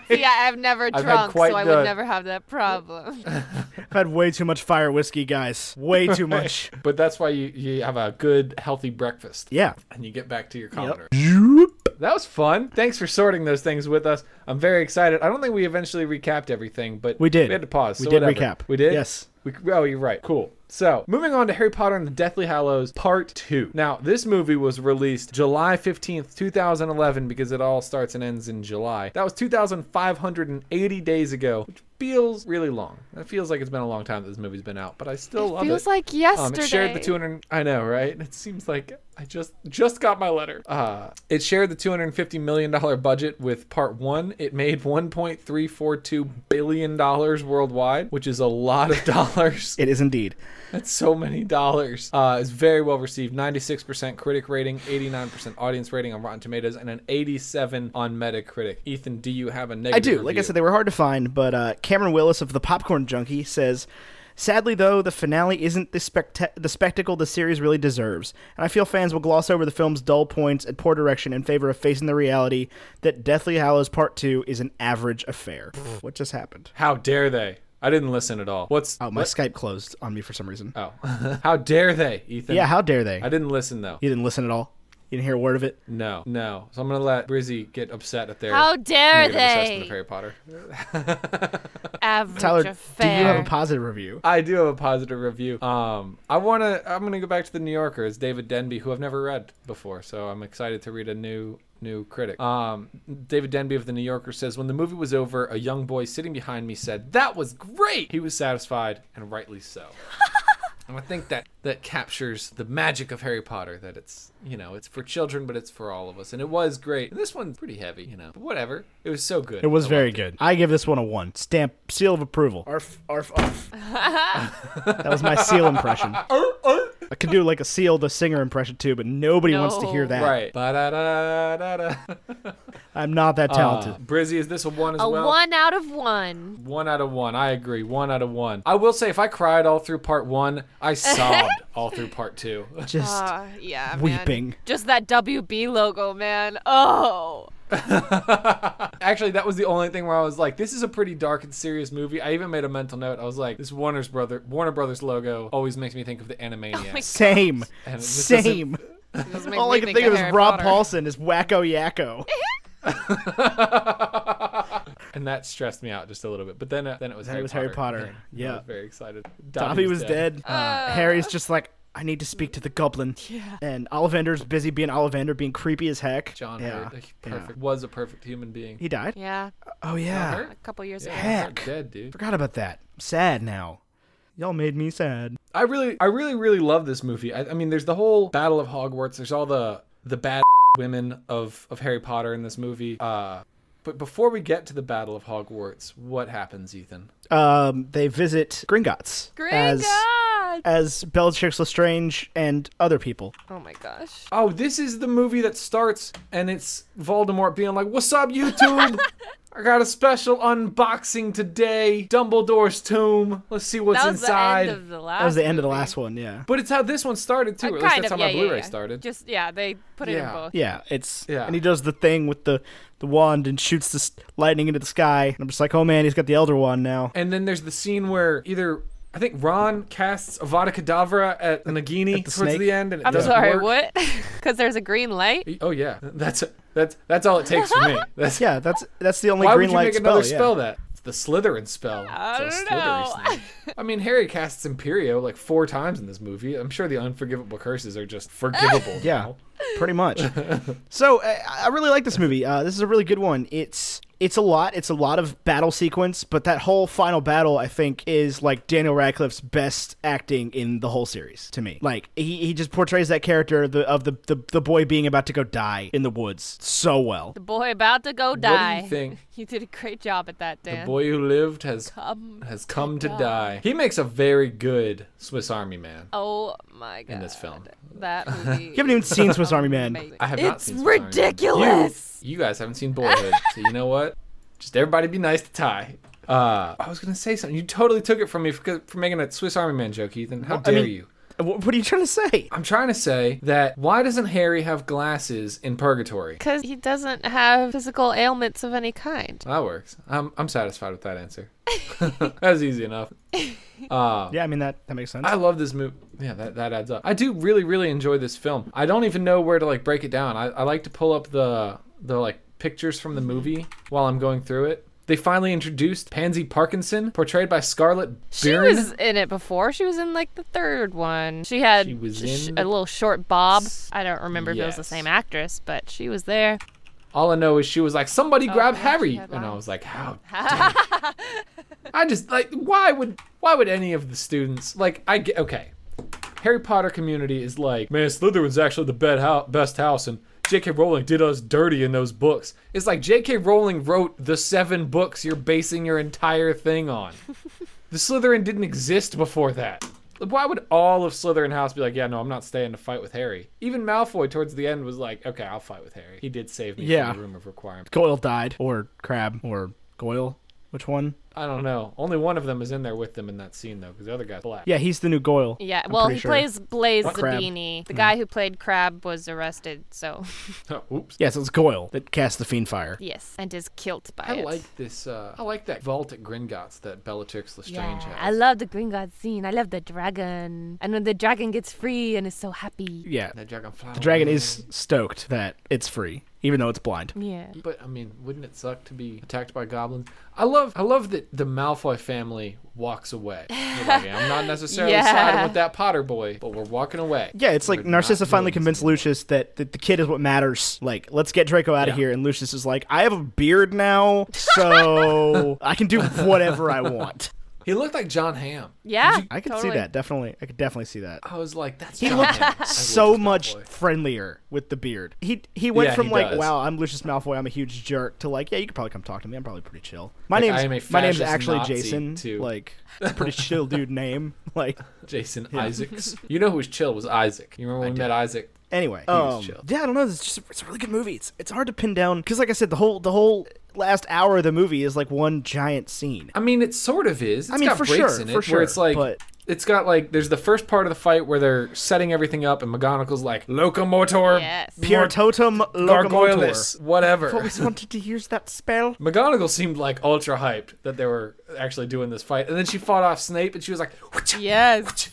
yeah, I've never had drunk, so quite I the- would never have that problem. I've had way too much fire whiskey, guys. Way too much. but that's why you, you have a good, healthy breakfast Yeah. and you get back to your common room. That was fun. Thanks for sorting those things with us. I'm very excited. I don't think we eventually recapped everything, but We did. We had to pause. We so did whatever. recap. We did. Yes. We, oh, you're right. Cool. So, moving on to Harry Potter and the Deathly Hallows Part 2. Now, this movie was released July 15th, 2011, because it all starts and ends in July. That was 2,580 days ago, which feels really long. It feels like it's been a long time that this movie's been out, but I still love Feels it. like yesterday. Um, it shared the 200. I know, right? It seems like I just just got my letter. Uh, it shared the 250 million dollar budget with Part One. It made 1.342 billion dollars worldwide, which is a lot of dollars. It is indeed. That's so many dollars. Uh, it's very well received. 96% critic rating, 89% audience rating on Rotten Tomatoes, and an 87 on Metacritic. Ethan, do you have a negative? I do. Like I said, they were hard to find, but uh, Cameron Willis of the Popcorn Junkie says, "Sadly, though, the finale isn't the, specta- the spectacle the series really deserves, and I feel fans will gloss over the film's dull points and poor direction in favor of facing the reality that Deathly Hallows Part Two is an average affair." what just happened? How dare they? I didn't listen at all. What's Oh, my Skype closed on me for some reason. oh? how dare they, Ethan? yeah, how dare they? I didn't listen though. you didn't listen at all. You didn't hear a word of it. No, no. So I'm gonna let Brizzy get upset at their How dare negative assessment of they? Harry Potter. Average Tyler, do affair. you have a positive review? I do have a positive review. Um, I wanna. I'm gonna go back to the New Yorker. It's David Denby, who I've never read before, so I'm excited to read a new new critic. Um, David Denby of the New Yorker says, when the movie was over, a young boy sitting behind me said, "That was great." He was satisfied, and rightly so. And I think that that captures the magic of Harry Potter. That it's you know it's for children, but it's for all of us, and it was great. And this one's pretty heavy, you know, but whatever. It was so good. It was very good. I give this one a one. Stamp seal of approval. Arf, arf, arf. That was my seal impression. I could do like a seal the singer impression too, but nobody wants to hear No. that. right. Ba-da-da-da-da. I'm not that talented. Uh, Brizzy, is this a one as a well? one out of one. One out of one. I agree. One out of one. I will say, if I cried all through part one, I sobbed all through part two. Just Ah, yeah, man. weeping. Just that WB logo, man. Oh, Actually, that was the only thing where I was like, "This is a pretty dark and serious movie." I even made a mental note. I was like, "This Warner's brother Warner Brothers logo always makes me think of the Oh Animaniacs." same, And it just doesn't- same. It just made All me I can think of is Harry Rob Potter. Paulson is Wacko Yakko. and that stressed me out just a little bit. But then, uh, then it was Harry it was Potter. Harry Potter. I Yeah, was very excited. Dobby was dead. Uh, Harry's just like, I need to speak to the Goblin. Yeah. And Ollivander's busy being Ollivander, being creepy as heck. John yeah. Hurt, like, perfect, was a perfect human being. He died. Yeah, Oh yeah. a couple years ago. Hurt Heck. dead, dude. Forgot about that. I'm sad now. Y'all made me sad. I really, I really, really love this movie. I, I mean, there's the whole Battle of Hogwarts. There's all the the bad women of of Harry Potter in this movie. Uh, but before we get to the Battle of Hogwarts, what happens, Ethan? Um, they visit Gringotts. Great as- God! as Bellatrix Lestrange and other people. Oh my gosh. Oh, this is the movie that starts and it's Voldemort being like, "What's up, YouTube? I got a special unboxing today. Dumbledore's tomb. Let's see what's that was inside." the end of the last. That was the end of the movie. last one, yeah. but it's how this one started too. Uh, or at least kind that's of, how yeah, my yeah, Blu-ray yeah. started. Just yeah, they put it Yeah. in both. Yeah, it's Yeah. and he does the thing with the the wand and shoots this lightning into the sky. And I'm just like, "Oh man, he's got the elder wand now." And then there's the scene where either I think Ron casts Avada Kedavra at Nagini the towards snake? the end, and it I'm doesn't sorry, work. what? Because there's a green light. Oh yeah, that's that's that's all it takes for me. That's Yeah, that's that's the only why green would you light make another yeah. spell that? It's the Slytherin spell. I It's a don't know. Slytherin snake. I mean, Harry casts Imperio like four times in this movie. I'm sure the unforgivable curses are just forgivable. Yeah, now. pretty much. so I, I really like this movie. Uh, this is a really good one. It's it's a lot. It's a lot of battle sequence, but that whole final battle, I think, is like Daniel Radcliffe's best acting in the whole series to me. Like he, he just portrays that character of the of the, the the boy being about to go die in the woods so well. The boy about to go do you die. think? You did a great job at that, Dan. The boy who lived has Come has come to die. He makes a very good Swiss Army Man Oh my god. in this film. That movie. You haven't even seen Swiss Army Man. amazing. I have not it's seen Swiss Army Man. ridiculous. You guys haven't seen Boyhood, so you know what? Just everybody be nice to Ty. Uh, I was gonna say something. You totally took it from me for, for making a Swiss Army Man joke, Ethan. How dare mean- you? Wh- What are you trying to say? I'm trying to say that why doesn't Harry have glasses in Purgatory? Because he doesn't have physical ailments of any kind. That works. I'm I'm satisfied with that answer. that was easy enough. Yeah, I mean that that makes sense. I love this movie. Yeah, that, that adds up. I do really, really enjoy this film. I don't even know where to like break it down. I, I like to pull up the the like pictures from the movie while I'm going through it. They finally introduced Pansy Parkinson, portrayed by Scarlett She Biron. was in it before. She was in like the third one. She had She was sh- in a little short bob. I don't remember if it was the Yes. same actress, but she was there. All I know is she was like, "Somebody grab yeah, she Harry," had and I lines. was like, "How?" dare you." I just like, why would why would any of the students like? I get okay. Harry Potter community is like, man, Slytherin's actually the best house, best house, and J.K. Rowling did us dirty in those books. It's like J.K. Rowling wrote the seven books you're basing your entire thing on. the Slytherin didn't exist before that. Why would all of Slytherin House be like, yeah, no, I'm not staying to fight with Harry? Even Malfoy towards the end was like, okay, I'll fight with Harry. He did save me Yeah. from the room of requirement. Goyle died, or Crab, or Goyle. Which one? I don't know. Only one of them is in there with them in that scene though, because the other guy's black. Yeah, he's the new Goyle. Yeah, I'm well, pretty he sure. plays Blaze Crab. Hmm. Zabini. The guy who played Crab was arrested, so Oh, oops. Yeah, so it's Goyle that cast the Fiend Fire. yes, and is killed by I it. like this. Uh, I like that vault at Gringotts that Bellatrix yeah, Lestrange I has. love the Green God scene. I love the dragon. And when the dragon gets free and is so happy. Yeah, that dragon fly. the dragon is stoked that it's free, even though it's blind. Yeah. But I mean, wouldn't it suck to be attacked by goblins? I love, I love that the Malfoy family walks away. They're like, I'm not necessarily Yeah. siding with that Potter boy, but we're walking away. Yeah, it's like We're not Narcissa finally doing convinced this anymore. Lucius that, that the kid is what matters. Like, let's get Draco out of Yeah. here. And Lucius is like, I have a beard now, so I can do whatever I want. He looked like John Hamm. Yeah. I could totally. see that, definitely. I could definitely see that. I was like, that's He John looked Hamm. I love so this much Malfoy. friendlier with the beard. He he went Yeah, from he like, does. wow, I'm Lucius Malfoy, I'm a huge jerk, to like, yeah, you could probably come talk to me. I'm probably pretty chill. My Like, I am a name's my name's fascist actually Nazi, Jason. too. Like, it's a pretty chill dude name. Like, Jason Isaacs. You know who was chill was Isaac. You remember when we met Isaac? Anyway, was um, chill. yeah, I don't know. It's just it's a really good movie. It's it's hard to pin down because, like I said, the whole the whole last hour of the movie is like one giant scene. I mean, it sort of is. It's mean, got for breaks sure, in it for sure, where it's like but- it's got like there's the first part of the fight where they're setting everything up, and McGonagall's like locomotor, Yes. Pure totem gargoyles, locomotor. whatever. I've always wanted to use that spell. McGonagall seemed like ultra hyped that they were actually doing this fight, and then she fought off Snape, and she was like, Yes.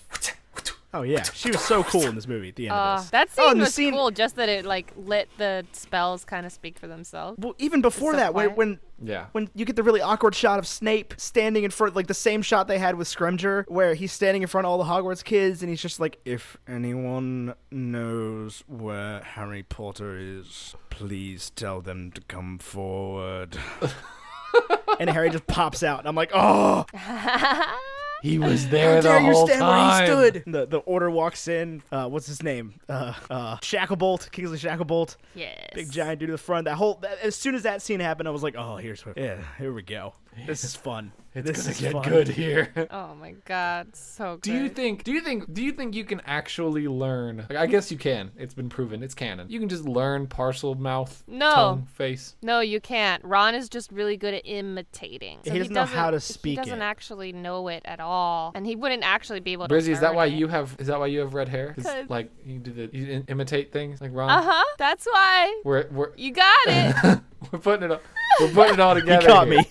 Oh yeah, she was so cool in this movie. At the end Uh, of this, that scene Oh, and the was scene- cool, just that it like let the spells kind of speak for themselves. well, even before so that, when quiet. when "Yeah, when you get the really awkward shot of Snape standing in front, like the same shot they had with Scrimger, where he's standing in front of all the Hogwarts kids, and he's just like, "If anyone knows where Harry Potter is, please tell them to come forward." and Harry just pops out, and I'm like, "Oh, he was there how the dare you whole stand time." where he stood!" The the Order walks in. Uh, what's his name? Uh, uh, Shacklebolt, Kingsley Shacklebolt, Yes. big giant dude to the front. That whole that, as soon as that scene happened, I was like, "Oh, here's where, yeah, here we go. This is fun." It's this gonna is get fun. good here. Oh my god, so good. Do you think? Do you think? Do you think you can actually learn? Like, I guess you can. It's been proven. It's canon. You can just learn parcel mouth, No. tongue, face. No, you can't. Ron is just really good at imitating. So He doesn't know how to speak He doesn't it. actually know it at all, and he wouldn't actually be able to. Brizzy, is that learn why it. you have? Is that why you have red hair? 'Cause, 'Cause- like you do the you in- imitate things like Ron. Uh huh. That's why. We're we're You got it. we're putting it all, we're putting it all together. He caught here. me.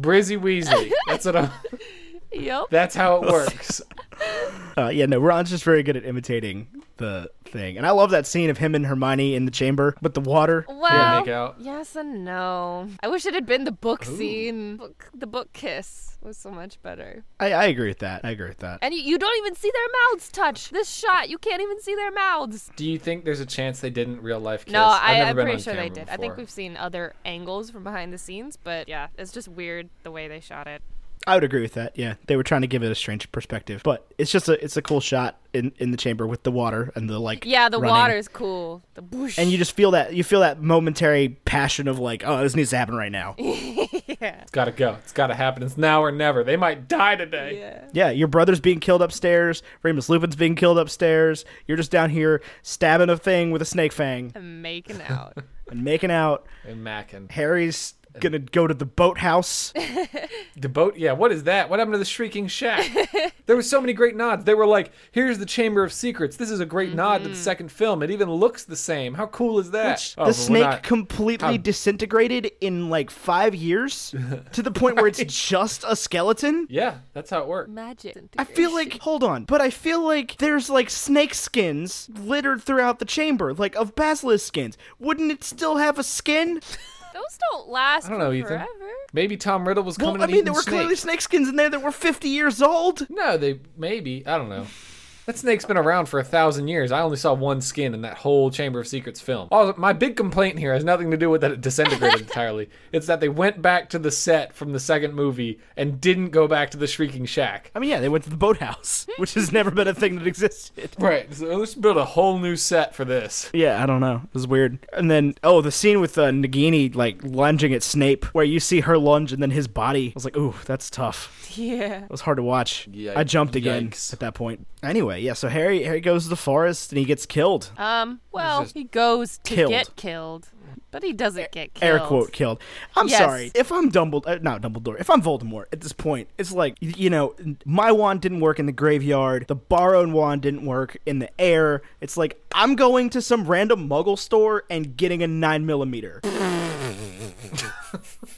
Brizzy Weasley. That's what I'm. yep. That's how it works. Uh, yeah, no, Ron's just very good at imitating the thing, and I love that scene of him and Hermione in the chamber with the water. Well, make out. yes and no. I wish it had been the book scene. Book, the book kiss was so much better. I, I agree with that. I agree with that. And you, you don't even see their mouths touch. This shot, you can't even see their mouths. Do you think there's a chance they didn't real life kiss? No, I, I've never I'm been pretty on sure they camera did. I think before. we've seen other angles from behind the scenes, but yeah, it's just weird the way they shot it. I would agree with that. Yeah, they were trying to give it a strange perspective, but it's just a it's a cool shot in in the chamber with the water and the like. Yeah, the running. water's cool. The whoosh. And you just feel that you feel that momentary passion of like, oh, this needs to happen right now. It's gotta go. It's gotta happen. It's now or never. They might die today. yeah. Yeah, your brother's being killed upstairs. Remus Lupin's being killed upstairs. You're just down here stabbing a thing with a snake fang And making out. and making out. And Mackin. Oh, Harry's gonna go to the boathouse. The boat, yeah. What is that? What happened to the shrieking shack? there was so many great nods. They were like, "Here's the Chamber of Secrets." This is a great nod to the second film. It even looks the same. How cool is that? Oh, but the we're snake not- completely disintegrated in like five years to the point where it's just a skeleton. yeah, that's how it worked. Magic. I feel like hold on, but I feel like there's like snake skins littered throughout the chamber, like of basilisk skins. Wouldn't it still have a skin? those don't last I don't know, for Ethan. forever. Maybe Tom Riddle was coming. Well, I and mean, eating there were snakes. clearly snake skins in there that were 50 years old. No, they maybe. I don't know. That snake's been around for a thousand years. I only saw one skin in that whole Chamber of Secrets film. Also, my big complaint here has nothing to do with that it disintegrated entirely. It's that they went back to the set from the second movie and didn't go back to the Shrieking Shack. I mean, yeah, they went to the boathouse, which has never been a thing that existed. Right. So let's build a whole new set for this. Yeah, I don't know. It was weird. And then, oh, the scene with uh, Nagini like lunging at Snape, where you see her lunge and then his body. I was like, ooh, that's tough. Yeah. It was hard to watch. Yike- I jumped again yikes. at that point. Anyway, yeah. So Harry, Harry goes to the forest and he gets killed. Um. Well, just he goes to killed. get killed, but he doesn't get Air killed. quote killed. I'm Yes. sorry. If I'm Dumbledore, uh, not Dumbledore. If I'm Voldemort at this point, it's like y- you know, my wand didn't work in the graveyard. The borrowed wand didn't work in the air. It's like I'm going to some random Muggle store and getting a nine millimeter.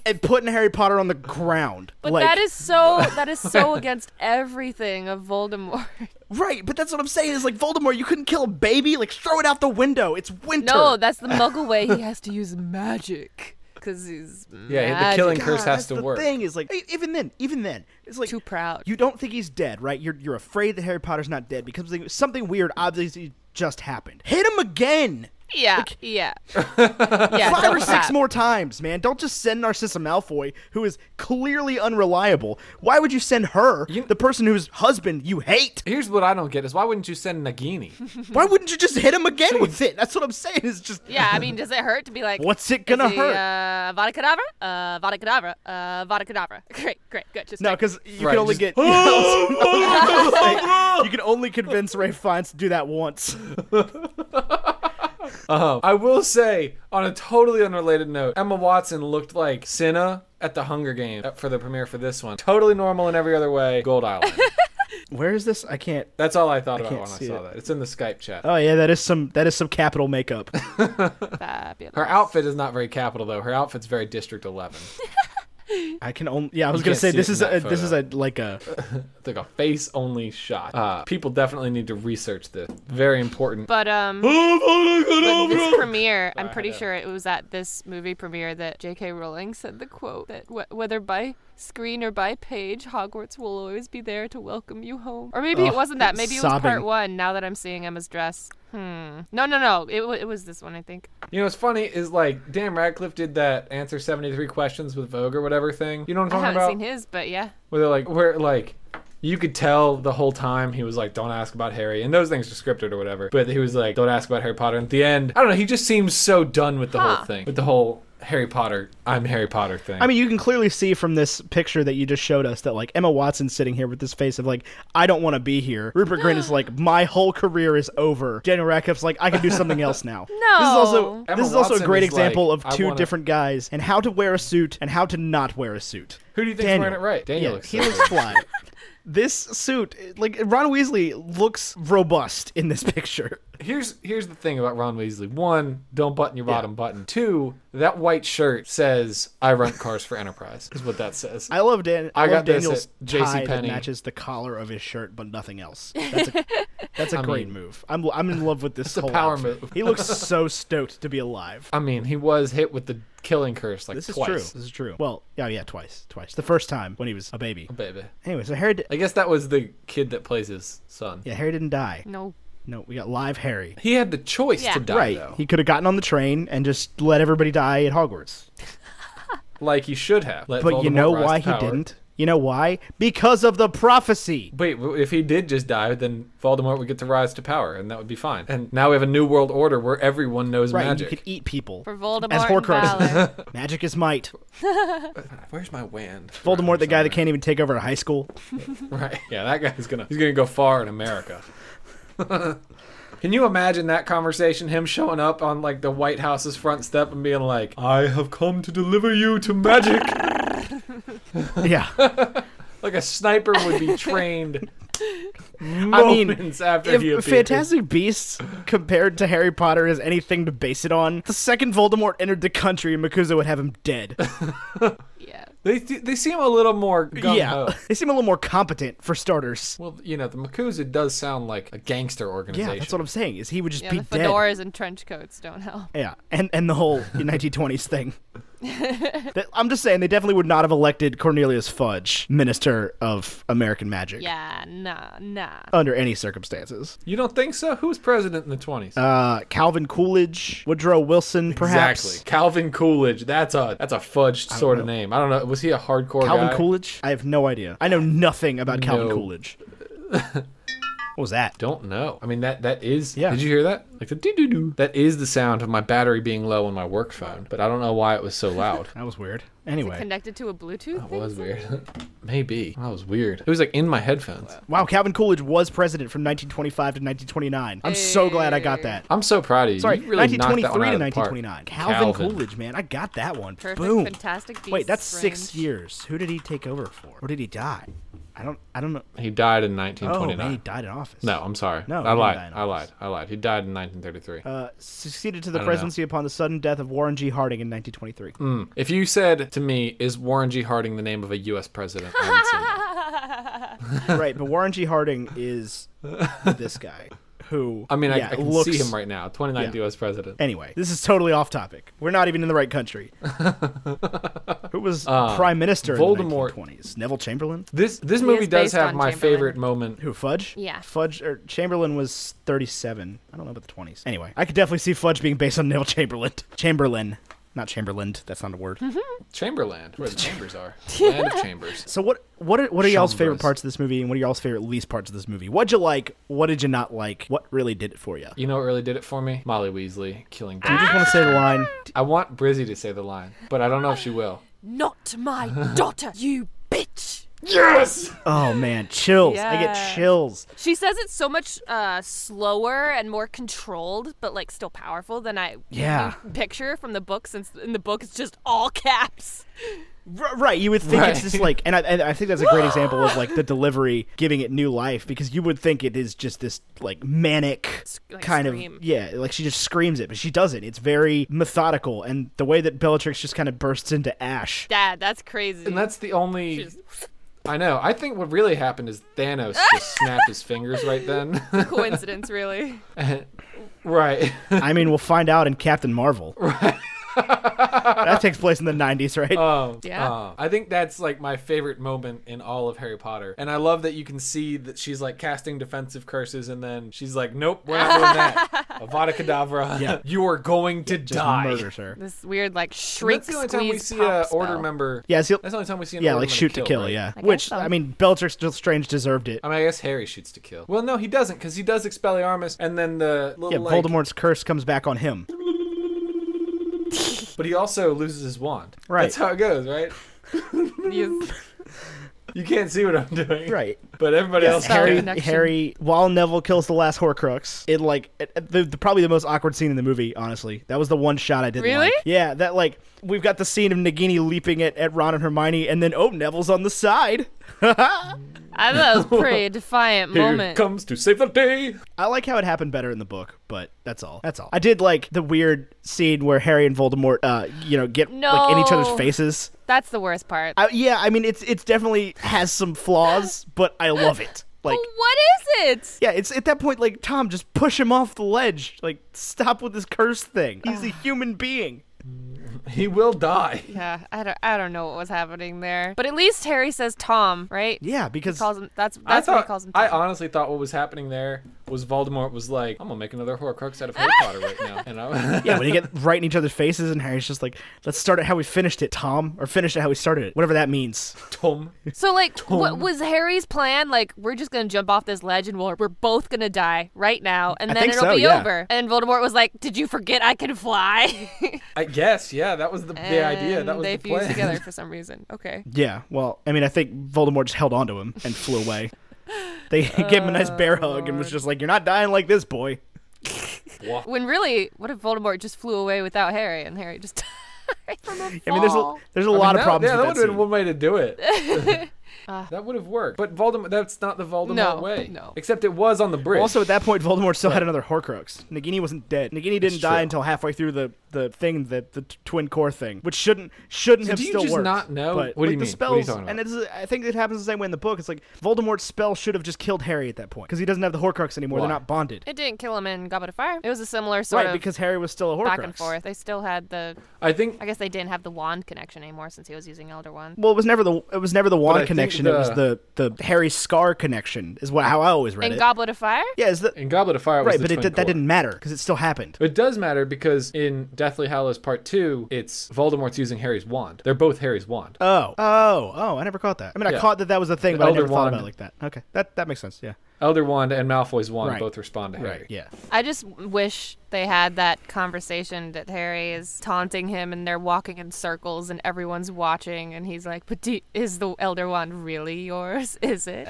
and putting Harry Potter on the ground. But like, that is so. That is so against everything of Voldemort. right. But that's what I'm saying. Is like Voldemort, you couldn't kill a baby. Like throw it out the window. It's winter. No, that's the Muggle way. He has to use magic because he's Yeah, the killing magic. curse God, has to that's the work. Thing is, like, e- even then, even then, it's like Too proud. You don't think he's dead, right? You're you're afraid that Harry Potter's not dead because something, something weird obviously just happened. Hit him again, Yeah, yeah, yeah. five or don't six tap. more times, man. Don't just send Narcissa Malfoy, who is clearly unreliable. Why would you send her, the person whose husband you hate? Here's what I don't get is why wouldn't you send Nagini? Why wouldn't you just hit him again with it? That's what I'm saying. Is just Mm-hmm. Yeah, I mean, does it hurt to be like? What's it gonna is he, hurt? Uh, Vada Kedavra? Uh, Vada Kedavra? Uh, Vada Kedavra. Great, great, good. Just No, great. because you Right, can only just- get. you can only convince Ray Fiennes to do that once. Um, I will say, on a totally unrelated note, Emma Watson looked like Cinna at the Hunger Games uh, for the premiere for this one. Totally normal in every other way. Gold Island. Where is this? I can't. That's all I thought about can't when I see saw it. that. It's in the Skype chat. Oh yeah, that is some that is some capital makeup. Fabulous. Her outfit is not very capital though. Her outfit's very District Eleven. I can only yeah, I was You gonna can't say see this it in is a that this is a like a It's like a face only shot. Uh, people definitely need to research this. Very important. But um, but this premiere, I'm pretty sure it was at this movie premiere that J.K. Rowling said the quote that wh- whether by screen or by page, Hogwarts will always be there to welcome you home. Or maybe it Ugh, wasn't that. Maybe it was part sobbing. one. Now that I'm seeing Emma's dress. Hmm. No, no, no. It, w- it was this one, I think. You know what's funny is like Dan Radcliffe did that answer seventy three questions with Vogue or whatever thing. You know what I'm I talking haven't about? seen his, but yeah. Where they're like where like you could tell the whole time he was like, "Don't ask about Harry," and those things are scripted or whatever. But he was like, "Don't ask about Harry Potter." And at the end, I don't know. He just seems so done with the whole Huh. thing, with the whole Harry Potter, "I'm Harry Potter" thing. I mean you can clearly see from this picture that you just showed us that like Emma Watson's sitting here with this face of like I don't want to be here. Rupert Grint is like my whole career is over. Daniel Radcliffe's like I can do something else now. No. This is also Emma this is also Watson a great is like, example "I of 2 wanna-" different guys and how to wear a suit and how to not wear a suit. who do you think's Daniel. wearing it right? Daniel yeah, looks. he so looks good. fly. this suit, like Ron Weasley, looks robust in this picture. Here's here's the thing about Ron Weasley. One, don't button your bottom button. Two, that white shirt says "I rent cars for Enterprise" is what that says. I love Dan. I I, got love this Daniel's at tie that JCPenney. matches the collar of his shirt, but nothing else. That's a, that's a great mean- move. I'm I'm in love with this a whole power outfit. move. He looks so stoked to be alive. I mean, he was hit with the killing curse like This is twice. true. This is true. Well, yeah, yeah, twice, twice. The first time when he was a baby. Baby, Anyway, so Harry. Di- I guess that was the kid that plays his son. yeah, Harry didn't die. No. No, we got live Harry. He had the choice Yeah. to die, Right. though, He could have gotten on the train and just let everybody die at Hogwarts. like he should have. Let But you Voldemort know rise why to he power. didn't? You know why? Because of the prophecy. Wait, w- if he did just die, then Voldemort would get to rise to power, and that would be fine. And now we have a new world order where everyone knows Right, and you magic. could eat people. For Voldemort As and Valor. Horcruxes. Magic is might. Ah, Where's my wand? Voldemort, the guy that can't even take over a high school. Right. Yeah, that guy's gonna he's gonna go far in America. Can you imagine that conversation? Him showing up on like the White House's front step and being like, "I have come to deliver you to magic." yeah. Like a sniper would be trained I mean, moments after he if appears. Fantastic Beasts compared to Harry Potter is anything to base it on, the second Voldemort entered the country, Makuza would have him dead. Yeah. They they seem a little more gung yeah, they seem a little more competent for starters. Well, you know, the Makuza does sound like a gangster organization. Yeah, that's what I'm saying. Is he would just Yeah, be the dead. fedoras and trench coats don't help. Yeah, and and the whole 1920s thing. That- I'm just saying they definitely would not have elected Cornelius Fudge minister of American magic Yeah, nah, nah. under any circumstances. You don't think so? Who was president in the 20s? Uh, Calvin Coolidge, Woodrow Wilson, perhaps. Exactly. Calvin Coolidge. That's a that's a fudged sort of name. I don't know. Was he a hardcore Calvin guy? Coolidge? I have no idea. I know nothing about Calvin No. Coolidge. what was that? Don't know. I mean that that is. Yeah. Did you hear that? Like the doo doo doo. That is the sound of my battery being low on my work phone. But I don't know why it was so loud. That was weird. Anyway, Connected to a Bluetooth That thing? was weird. Maybe. That was weird. It was like in my headphones. wow, Calvin Coolidge was president from 1925 to 1929. I'm so glad I got that. I'm so proud of you. Sorry, you really knocked that one 1923 out to of the park. 1929. Calvin, Coolidge, man, I got that one. Perfect, Boom. fantastic beast. Wait, that's six years. Who did he take over for? Or did he die? I don't. I don't know. He died in Oh, 1929. man, he died in office. No, I'm sorry. I No, he didn't lied. die in I office. lied. I lied. He died in 1933. Uh, succeeded to the don't know. presidency upon the sudden death of Warren G. Harding in 1923. if you said to me, "Is Warren G. Harding the name of a U.S. president?" I would say no. right, but Warren G. Harding is this guy who. I mean, I, yeah, I can looks, see him right now. 29th Yeah. U.S. president. Anyway, this is totally off topic. We're not even in the right country. Who was prime minister Uh, Voldemort. in the 1920s? Neville Chamberlain? This this movie is does based have on my Chamberlain. favorite moment. Who, Fudge? Yeah. Fudge, or Chamberlain was 37. I don't know about the 20s. Anyway, I could definitely see Fudge being based on Neville Chamberlain. Chamberlain. Not Chamberlain. That's not a word. Chamberland, where the chambers are. Land of chambers. So what what are, what are y'all's favorite Chambers. parts of this movie and what are y'all's favorite least parts of this movie? What'd you like? What did you not like? What really did it for you? You know what really did it for me? Molly Weasley killing. I Dumbledore. just want to say the line. I want Brizzy to say the line, but I don't know if she will. Not my daughter, you bitch! Oh man, chills. I Yeah. get chills. She says it so much uh, slower and more controlled, but like still powerful than I Yeah. can picture from the book. Since in the book it's just all caps. R- right, you would think it's just Right. like, and I, and I think that's a great example of like the delivery giving it new life because you would think it is just this like manic like, kind scream. of yeah, like she just screams it, but she doesn't. It's very methodical, and the way that Bellatrix just kind of bursts into ash. Dad, that's crazy. And that's the only. She's- I know. I think what really happened is Thanos just snapped his fingers right then. coincidence, really. right. I mean, we'll find out in Captain Marvel. that takes place in the '90s, right? Um, Yeah. uh, I think that's like my favorite moment in all of Harry Potter. And I love that you can see that she's like casting defensive curses and then she's like, nope, we're not doing that. Avada Kedavra, Yeah. you are going to just die. murders her. This weird like shrink That's the only time we squeeze, see a pop spell. order member. Yeah, so- That's the only time we see an Yeah, order like member shoot to kill, right? yeah. I guess Which so. I mean, Bellatrix Strange deserved it. I mean, I guess Harry shoots to kill. Well, no, he doesn't, because he does Expelliarmus, and then the little Yeah, like, Voldemort's curse comes back on him. But he also loses his wand. Right. That's how it goes, right? Yes. You can't see what I'm doing. Right. But everybody else. Solid can. Harry, connection. Harry, while Neville kills the last Horcrux, it like it, it- the, the probably the most awkward scene in the movie. Honestly, that was the one shot I didn't Really? like. Yeah, that like we've got the scene of Nagini leaping at, at Ron and Hermione, and then oh, Neville's on the side. I thought that was a pretty defiant Here moment. comes to save the day. I like how it happened better in the book, but that's all. That's all. I did like the weird scene where Harry and Voldemort, uh, you know, get like in each No. other's faces. That's the worst part. I, yeah, I mean, it's it's definitely has some flaws, but I love it. Like. But what is it? Yeah, it's at that point like Tom, just push him off the ledge. Like, stop with this curse thing. He's a human being. He will die. Yeah, I don't, I don't know what was happening there. But at least Harry says Tom, right? Yeah, because Calls him. That's I that's what he thought. calls him. Tom. I honestly thought what was happening there was Voldemort was like, "I'm gonna make another Horcrux out of Harry Potter right now," and I, yeah, when you get right in each other's faces, and Harry's just like, "Let's start it how we finished it, Tom," or finish it how we started it, whatever that means. Tom. so like, what was Harry's plan? Like, we're just gonna jump off this ledge and we're, we're both gonna die right now, and I then think it'll so, be yeah. over. And Voldemort was like, "Did you forget I can fly?" I guess, yeah, that was the, the idea. That And was they the plan. fused together for some reason. Okay. Yeah, well, I mean, I think Voldemort just held onto him and flew away. They gave him a nice bear hug and was just like, "You're not dying like this, boy." When really, what if Voldemort just flew away without Harry and Harry just from a fall. I mean, there's a, there's a lot of That- problems Yeah, that would with that have scene. been one way to do it. that would have worked. But Voldemort, that's not the Voldemort No, way. no. Except it was on the bridge. Also, Also, at that point, Voldemort still had another Horcrux. Nagini wasn't dead. Nagini didn't die true. until halfway through the, the thing, the, the t- twin core thing, which shouldn't shouldn't have do you still just worked. not know? But, What do like, you the mean? What Spells, are you talking And about? it's, I think it happens the same way in the book. It's like Voldemort's spell should have just killed Harry at that point because he doesn't have the Horcrux anymore. Why? They're not bonded. It didn't kill him in Goblet of Fire. It was a similar sort Right, of because Harry was still a Horcrux. back and forth. They still had the. I think I guess they didn't have the wand connection anymore since he was using Elder Wand. Well, it was never the it was never the I wand think connection. It was the the Harry scar connection is what how I always read In it. Goblet of Fire? yeah, is the in Goblet of Fire, it was right, the but it, twin did- that core. didn't matter because it still happened. It does matter because in Deathly Hallows Part Two, it's Voldemort's using Harry's wand. They're both Harry's wand. Oh, oh, oh! I never caught that. I mean, I Yeah. caught that that was a thing, The but I Elder never thought Wand. about it like that. Okay, that that makes sense. Yeah, Elder wand and Malfoy's wand Right. both respond to Harry. yeah. I just wish they had that conversation that Harry is taunting him and they're walking in circles and everyone's watching and he's like, But do, is the Elder Wand really yours? Is it?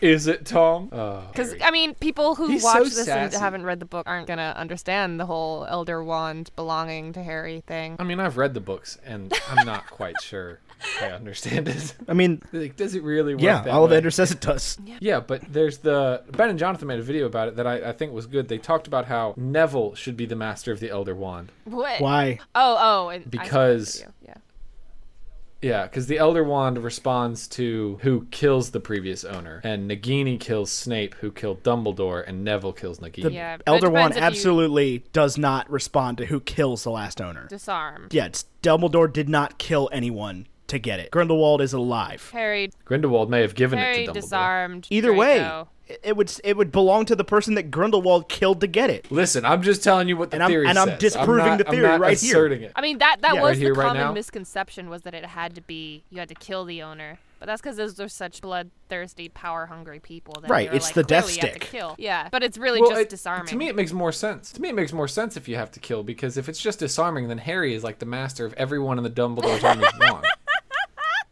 Is it Tom? Oh, Because, Harry. I mean, people who He's watch so this sassy. and haven't read the book aren't going to understand the whole Elder Wand belonging to Harry thing. I mean, I've read the books and I'm not quite sure I understand it. I mean, Like, does it really work? yeah. that Oliver way? Ender says it does. Yeah, but there's the Ben and Jonathan made a video about it that I, I think was good. They talked about how Neville should be the master of the Elder Wand. What? Why? Oh, oh. and I saw that Because- video, Yeah. Yeah, because the Elder Wand responds to who kills the previous owner, and Nagini kills Snape, who killed Dumbledore, and Neville kills Nagini. Yeah. but it Elder Wand depends if you absolutely does not respond to who kills the last owner. Disarm. Yeah, it's Dumbledore did not kill anyone to get it. Grindelwald is alive. Harry, Grindelwald may have given Harry it to Dumbledore. disarmed. Either way, Draco. it- it would it would belong to the person that Grindelwald killed to get it. Listen, I'm just telling you what the And I'm- theory and I'm says. disproving not- the theory I'm not right here. asserting it. I mean that that Yeah, was right here, the right common now. misconception was that it had to be you had to kill the owner. But that's because those are such bloodthirsty, power-hungry people. That Right, they were it's like, the death "Clearly you have stick." To kill. Yeah, but it's really just it- disarming. To me, it makes more sense. To me, it makes more sense if you have to kill because if it's just disarming, then Harry is like the master of everyone in the Dumbledore's army. wand.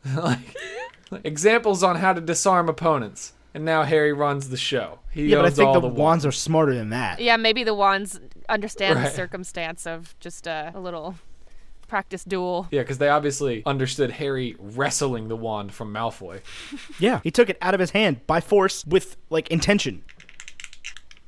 like, examples on how to disarm opponents, and now Harry runs the show. He Yeah, but I owns think all the, the, wands are smarter than that. yeah, maybe the wands understand Right. the circumstance of just a, a little practice duel. Yeah, because they obviously understood Harry wrestling the wand from Malfoy. Yeah, he took it out of his hand by force with like intention.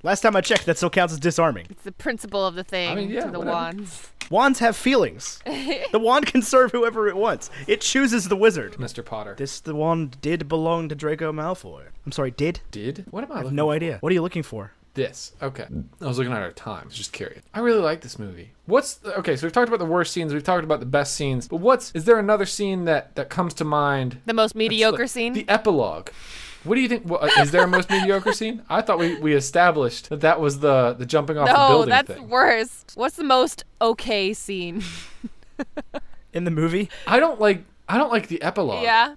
Last time I checked, that still counts as disarming. It's the principle of the thing mean, yeah, to the whatever. wands. Wands have feelings. the wand can serve whoever it wants. It chooses the wizard. Mr. Potter This the wand did belong to Draco Malfoy. I'm sorry, did? did. What am I? looking No idea. What are you looking for? This. Okay. I was looking at our time. I was just curious. I really like this movie. What's okay? So we've talked about the worst scenes. We've talked about the best scenes. But what's is there another scene that that comes to mind? The most mediocre Like, scene. The epilogue. What do you think? What, is there a most mediocre scene? I thought we, we established that that was the the jumping off the no, building that's thing. worse. What's the most okay scene? In the movie? I don't like I don't like the epilogue. yeah,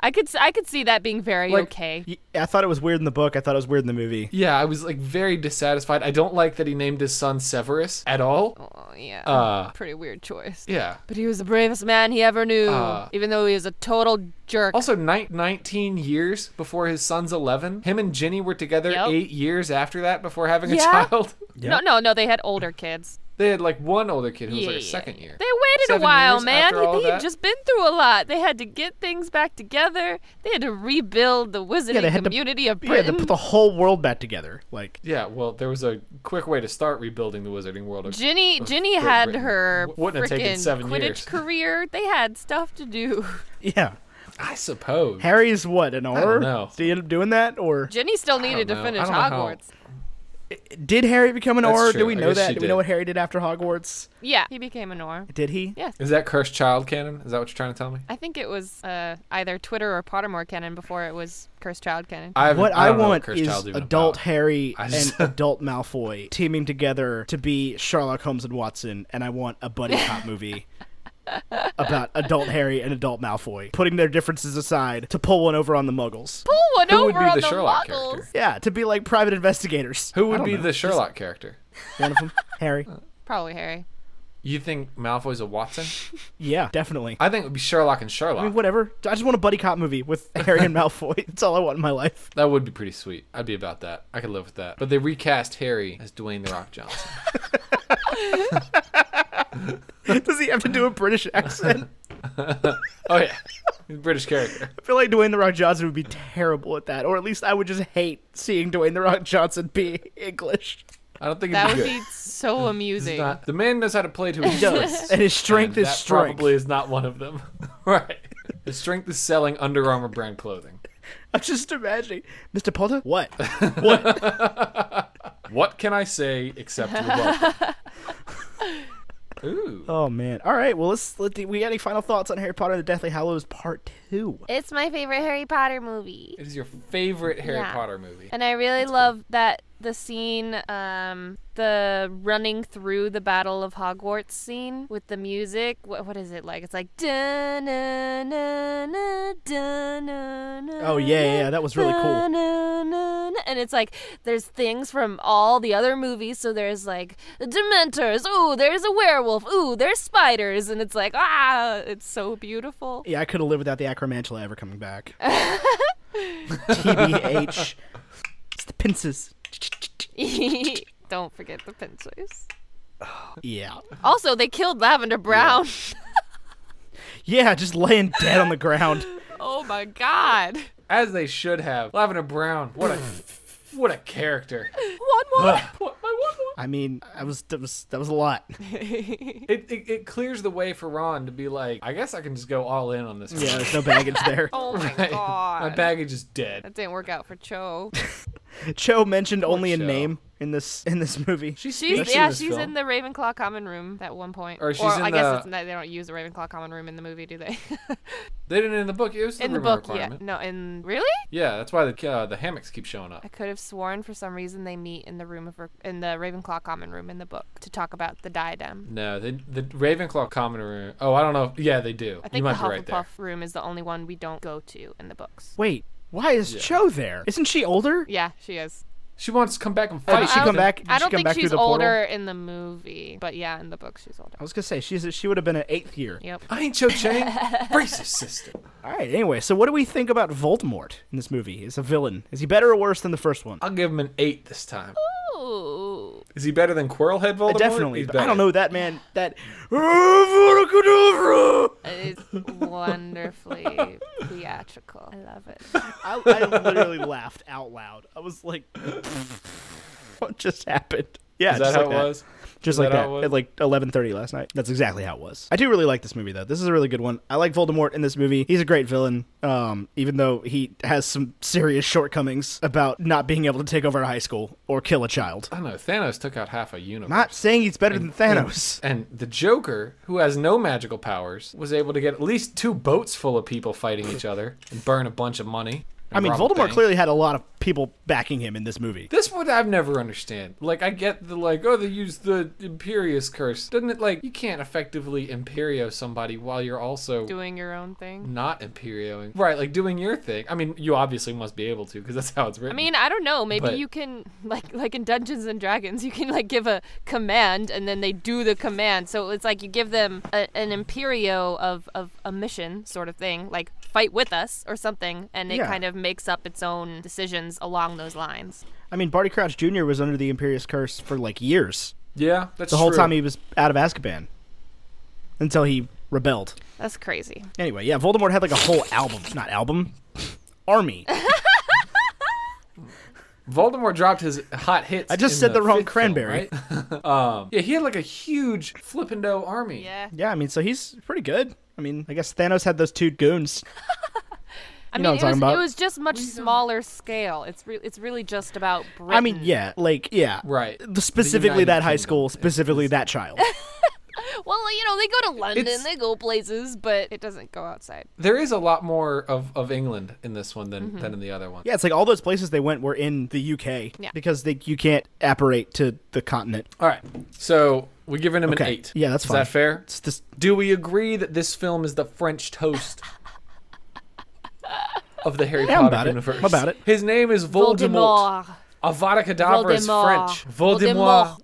I could s- I could see that being very Like, okay. Y- I thought it was weird in the book. I thought it was weird in the movie. Yeah, I was like very dissatisfied. I don't like that he named his son Severus at all. Oh yeah, Uh, pretty weird choice. Yeah. But he was the bravest man he ever knew, Uh, Oh, even though he was a total jerk. Also, ni- 19 years before his son's 11. Him and Ginny were together Yep. eight years after that before having a Yeah. child. No, no, no. They had older kids. They had like one older kid who was Yeah, like a yeah, second yeah. year. They waited Seven a while, years man. after all They that? had just been through a lot. They had to get things back together. They had to rebuild the wizarding they had to- community of Yeah, they Britain. put the whole world back together. Like, Yeah, well, there was a quick way to start rebuilding the wizarding world. of- Ginny, Ginny Great had Britain. her W- wouldn't have taken frickin' seven Quidditch years. career. They had stuff to do. yeah. I suppose. Harry's what, an auror? know. Did he end up doing that? Or Ginny still needed to know. finish I don't know how- Hogwarts. did Harry become an That's auror? Do true. we I know guess that? she Do we did. know what Harry did after Hogwarts? Yeah, he became an Auror. Did he? Yes. Is that cursed child canon? Is that what you're trying to tell me? I think it was uh, either Twitter or Pottermore canon before it was Cursed Child canon. I haven't- What I, I, don't know what want cursed is child's even adult about. Harry I just- and adult Malfoy teaming together to be Sherlock Holmes and Watson, and I want a buddy cop movie about adult Harry and adult Malfoy putting their differences aside to pull one over on the Muggles. Pull one Who over would be on the the Sherlock Muggles. character? Yeah, to be like private investigators. Who would be the Sherlock character? One of them, Harry. Probably Harry. You think Malfoy's a Watson? Yeah, definitely. I think it would be Sherlock and Sherlock. I mean, whatever. I just want a buddy cop movie with Harry and Malfoy. That's all I want in my life. That would be pretty sweet. I'd be about that. I could live with that. But they recast Harry as Dwayne the Rock Johnson. Does he have to do a British accent? Oh yeah, British character. I feel like Dwayne the Rock Johnson would be terrible at that, or at least I would just hate seeing Dwayne the Rock Johnson be English. I don't think it'd That be would good. be so amusing. It's not- the man knows how to play to his strengths. And his strength and is that strength. Probably is not one of them. right. His strength is selling Under Armour brand clothing. I'm just imagining, Mr. Potter. What? What can I say except you're welcome? Ooh. Oh man! All right. Well, let's. Let the, we got any final thoughts on Harry Potter and the Deathly Hallows Part Two? It's my favorite Harry Potter movie. It is your favorite Harry Yeah. Potter movie. And I really love that the scene, um, the running through the Battle of Hogwarts scene with the music. What, what is it like? It's like. Oh, Oh, yeah, yeah, yeah, that was really cool. And it's like there's things from all the other movies. So there's like Dementors. Ooh, there's a werewolf. Ooh, there's spiders. And it's like, ah, it's so beautiful. Yeah, I could have lived without the Acromantula ever coming back. TBH. It's the pincers. Don't forget the pincers. Yeah. Also, they killed Lavender Brown. Yeah, just laying dead on the ground. oh my god. As they should have. Lavender Brown. What a what a character. One more. What my one I mean, I was that was that was a lot. It, it it clears the way for Ron to be like, I guess I can just go all in on this. Yeah, one." there's no baggage there. Oh my Right. god. My baggage is dead. That didn't work out for Cho. Cho mentioned only a Cho. name in this in this movie. She's She's speaks yeah, in this she's film. in the Ravenclaw common room at one point. Or she's in I guess the- it's not, they don't use the Ravenclaw common room in the movie, do they? They didn't in the book. It was in the rumor book, yeah. requirement. No, in really? Yeah, that's why the uh, the hammocks keep showing up. I could have sworn for some reason they meet in the room of Ra- in the Ravenclaw common room in the book to talk about the diadem. No, the the Ravenclaw common room. Oh, I don't know. Yeah, they do. I you think might the be right Hufflepuff there. room is the only one we don't go to in the books. Wait, why is Cho there? Isn't she older? Yeah, she is. She wants to come back and Oh, fight. did she I come don't- back? Did I she don't come think back through she's the portal? older in the movie, but yeah, in the book she's older. I was gonna say she's she would have been an eighth year. Yep. I ain't Cho Chang. Racist sister. All right. Anyway, so what do we think about Voldemort in this movie? Is a villain? Is he better or worse than the first one? I'll give him an eight this time. Ooh. Is he better than Quirrellhead Voldemort? Definitely. He's But I better. don't know that man. That. Uh, Abracadabra! It's wonderfully theatrical. I love it. I, I literally laughed out loud. I was like, "What just happened?" Yeah, Is just that how like it was? Just Is like that that, how it was? at like 11:30 last night. That's exactly how it was. I do really like this movie though. This is a really good one. I like Voldemort in this movie. He's a great villain, um, even though he has some serious shortcomings about not being able to take over a high school or kill a child. I don't know. Thanos took out half a universe. Not saying he's better than Thanos. and the Joker, who has no magical powers, was able to get at least two boats full of people fighting each other and burn a bunch of money. and I mean, rob a Voldemort bank. clearly had a lot of people backing him in this movie. This one I've never understand. Like I get the like, oh, they use the Imperious curse. Doesn't it like you can't effectively Imperio somebody while you're also Doing your own thing. not Imperioing, right? Like doing your thing. I mean, you obviously must be able to because that's how it's Mm. I written. mean, I don't know. Maybe But- you can like like in Dungeons and Dragons, you can like give a command and then they do the command. So it's like you give them a, an imperio of of a mission sort of thing, like fight with us or something, and it Yeah. kind of makes up its own decisions along those lines. I mean, Barty Crouch Jr. was under the Imperious Curse for like years. yeah, that's the whole true. time he was out of Azkaban until he rebelled. That's crazy. Anyway, yeah, Voldemort had like a whole album, not album, army. Voldemort dropped his hot hits. I just in said the wrong fifth cranberry. Film, right? um, yeah, he had like a huge flippando army. Yeah. Yeah, I mean, so he's pretty good. I mean, I guess Thanos had those two goons. You I mean, know what I'm it was talking it about. was just much smaller scale. It's re- it's really just about Britain. I mean, yeah, like yeah, Right. The- specifically United that high Kingdom. school, specifically that child. Well, you know, they go to London, It's- they go places, but it doesn't go outside. There is a lot more of, of England in this one than, than in the other one. Mm-hmm. Yeah, it's like all those places they went were in the UK Yeah. because they, you can't apparate to the continent. All right. So we're giving him Okay. an eight. Yeah, that's is fine. that fair? It's just Do we agree that this film is the French toast of the Harry Yeah, I'm Potter about it. universe? I'm about it. His name is Voldemort. Voldemort. Avada Kedavra is Voldemort. French. Voldemort.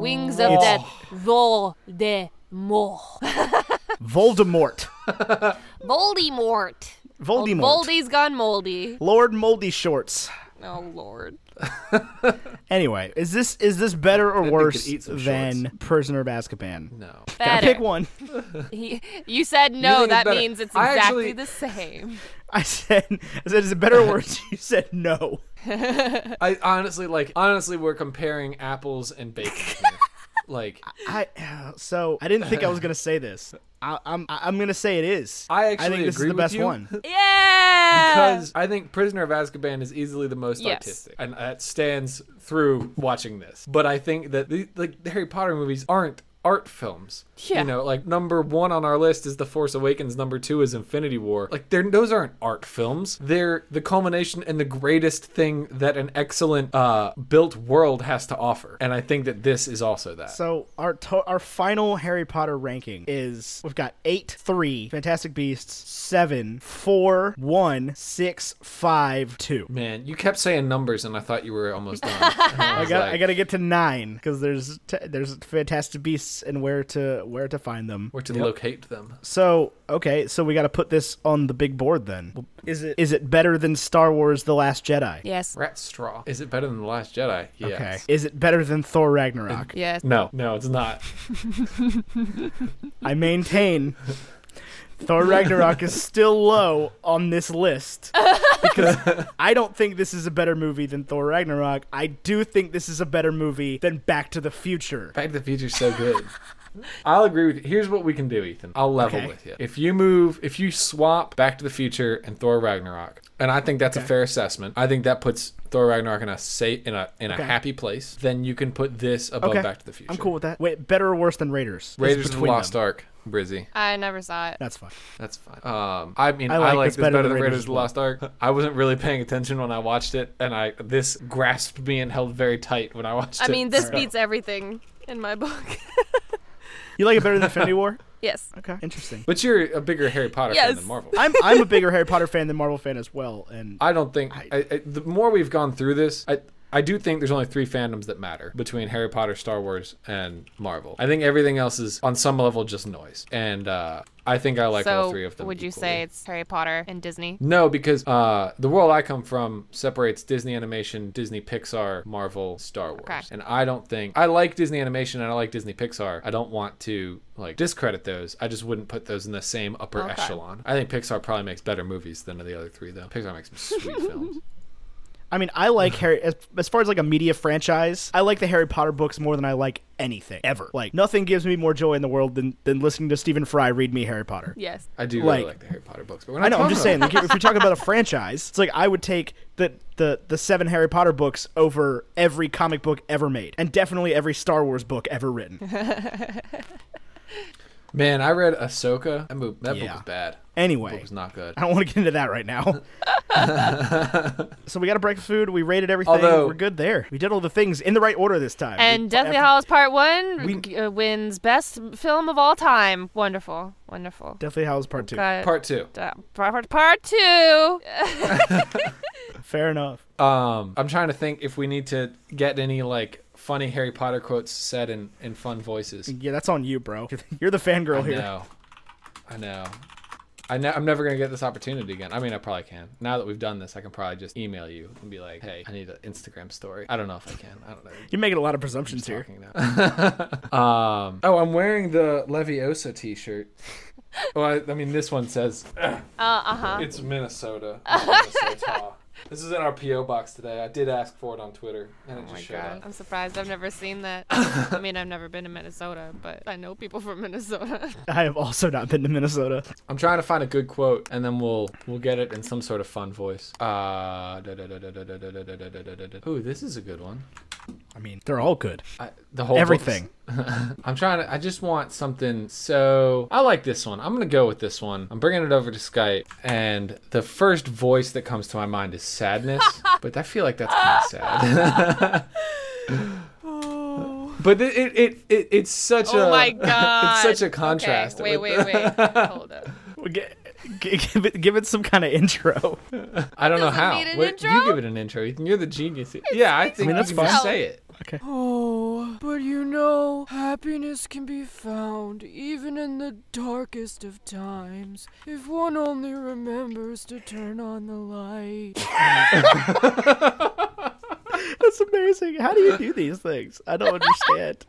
Wings of death. Voldemort. Voldemort, Voldemort. Voldemort, Voldy's gone moldy. Lord Moldy Shorts. Oh, Lord. Anyway, is this is this better or could worse eat some than Prisoner of Azkaban? No. I Better. pick one. He, you said think no. it's that better? means it's I exactly actually- the same. I said, I said, is it better or worse? You said no. I honestly like honestly we're comparing apples and bacon. here. like I uh, so I didn't think I was gonna say this. I, I'm I- I'm gonna say it is. I actually I think this agree is the with best you. one. Yeah. because I think Prisoner of Azkaban is easily the most Yes. artistic, and that stands through watching this. But I think that the, like the Harry Potter movies aren't art films. Yeah. You know, like number one on our list is The Force Awakens. Number two is Infinity War. Like, they're, those aren't art films. They're the culmination and the greatest thing that an excellent uh, built world has to offer. And I think that this is also that. So our to- our final Harry Potter ranking is we've got eight, three, Fantastic Beasts, seven, four, one, six, five, two. Man, you kept saying numbers, and I thought you were almost done. I, I was got like, I gotta get to nine because there's t- there's Fantastic Beasts and where to where to find them. Where to locate them? So okay, so we gotta put this on the big board then. Is it is it better than Star Wars: The Last Jedi? yes. Rat straw. Is it better than the Last Jedi? Yes. Okay. Is it better than Thor Ragnarok? Yes. No, no, it's not. I maintain Thor Ragnarok is still low on this list because I don't think this is a better movie than Thor Ragnarok. I do think this is a better movie than Back to the Future. Back to the Future's so good. I'll agree with you. Here's what we can do, Ethan. I'll level Okay. with you. If you move, if you swap Back to the Future and Thor Ragnarok, and I think that's a fair assessment. I think that puts Thor Ragnarok in a safe, in a in a happy place. Then you can put this above Okay. Back to the Future. I'm cool with that. Wait, better or worse than Raiders? It's Raiders of the between Lost them. Ark, Brizzy. I never saw it. That's fine. That's fine. Um, I mean, I I like, like this better, than, Raiders of the Lost Ark. I wasn't really paying attention when I watched it, and I this grasped me and held very tight when I watched I it. mean, this so- beats everything in my book. You like it better than Infinity War? yes. Okay, interesting. But you're a bigger Harry Potter fan Yes. than Marvel. I'm I'm a bigger Harry Potter fan than Marvel fan as well, and I don't think I, I, the more we've gone through this, I I do think there's only three fandoms that matter between Harry Potter, Star Wars, and Marvel. I think everything else is on some level just noise, and uh, I think I like so, all three of them. would you equally. say it's Harry Potter and Disney? No, because uh, the world I come from separates Disney Animation, Disney Pixar, Marvel, Star Wars, Okay. and I don't think I like Disney Animation and I like Disney Pixar. I don't want to like discredit those. I just wouldn't put those in the same upper Okay. echelon. I think Pixar probably makes better movies than the other three, though. Pixar makes some sweet films. I mean, I like Harry as, as far as like a media franchise. I like the Harry Potter books more than I like anything ever. Like nothing gives me more joy in the world than than listening to Stephen Fry read me Harry Potter. Yes. I do really Like- like the Harry Potter books, but we're not I know. I'm talking just about saying, like, if you're talking about a franchise, it's like I would take the the the seven Harry Potter books over every comic book ever made, and definitely every Star Wars book ever written. that. Man, I read Ahsoka. That, book, that book Yeah. was bad. That book Anyway, was not good. I don't want to get into that right now. so we got a breakfast food. We rated everything. Although- we're good there. We did all the things in the right order this time. And We- Deathly every- Hallows Part One uh, wins Best Film of All Time. Wonderful, wonderful. Deathly Hallows Part Two. Got Part two. uh, part, part two. Uh, Fair enough. Um, I'm trying to think if we need to get any like funny Harry Potter quotes said in in fun voices. Yeah, that's on you, bro. You're the fangirl I here. know. I know. I know. I'm never gonna get this opportunity again. I mean, I probably can. Now that we've done this, I can probably just email you and be like, "Hey, I need an Instagram story." I don't know if I can. I don't know. You're making a lot of presumptions here. Talking now. um, oh, I'm wearing the Leviosa T-shirt. Well, I, I mean, this one says Uh huh. it's Minnesota. not Minnesota. this is in our PO box today. I did ask for it on Twitter, and it Oh just my showed god, up. I'm surprised. I've never seen that. I mean, I've never been to Minnesota, but I know people from Minnesota. I have also not been to Minnesota. I'm trying to find a good quote, and then we'll we'll get it in some sort of fun voice. Uh, oh, this is a good one. I mean, they're all good. I, the whole Everything. book's- I'm trying to. I just want something. So I like this one. I'm gonna go with this one. I'm bringing it over to Skype, and the first voice that comes to my mind is sadness. but I feel like that's kind of sad. But it, it, it, it it's such a oh my god. it's such a Okay, contrast. with- wait, wait, wait. Hold up. Well, gi- gi- give, it, give it some kind of intro. I don't know Does it how. need an What- intro? You give it an intro, Ethan. You're the genius. yeah, I think mean, that's you can just fine. say it. Oh, but you know, happiness can be found even in the darkest of times if one only remembers to turn on the light. That's amazing. How do you do these things? I don't understand.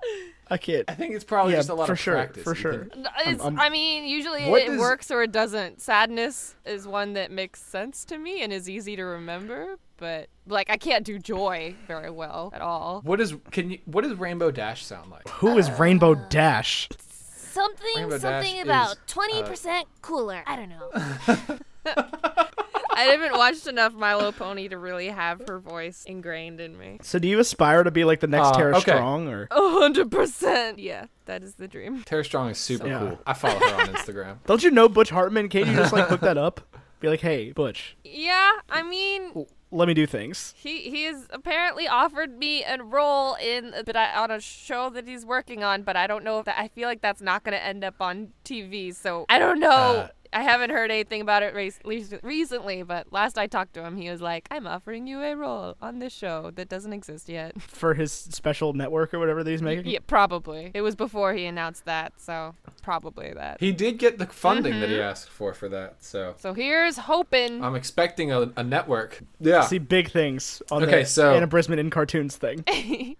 I can't. I think it's probably Yeah, just a lot for of sure, practice. for sure. Ethan. It's, I'm- I mean, usually Um, What it does- works or it doesn't. Sadness is one that makes sense to me and is easy to remember, but like I can't do joy very well at all. What is can you? What does Rainbow Dash sound like? Who is Rainbow Dash? Something, Rainbow Dash something is, about uh, 20% cooler. I don't know. I haven't watched enough My Little Pony to really have her voice ingrained in me. So do you aspire to be like the next Uh, Tara okay. Strong or? A hundred percent. Yeah, that is the dream. Tara Strong is super Yeah. cool. I follow her on Instagram. Don't you know Butch Hartman? Can't you just like hook that up? Be like, hey, Butch, Yeah, I mean, let me do things. he he has apparently offered me a role in, but I, on a show that he's working on. But I don't know if that. I feel like that's not going to end up on TV. So I don't know. I haven't heard anything about it rec- rec- recently, but last I talked to him, he was like, "I'm offering you a role on this show that doesn't exist yet." for his special network or whatever that he's making. yeah, probably. It was before he announced that, so probably that. He did get the funding that Mm-hmm. he asked for for that, so So here's hoping. I'm expecting a, a network. Yeah. See big things on Ah. Okay, the so- Anna Brisman in cartoons thing.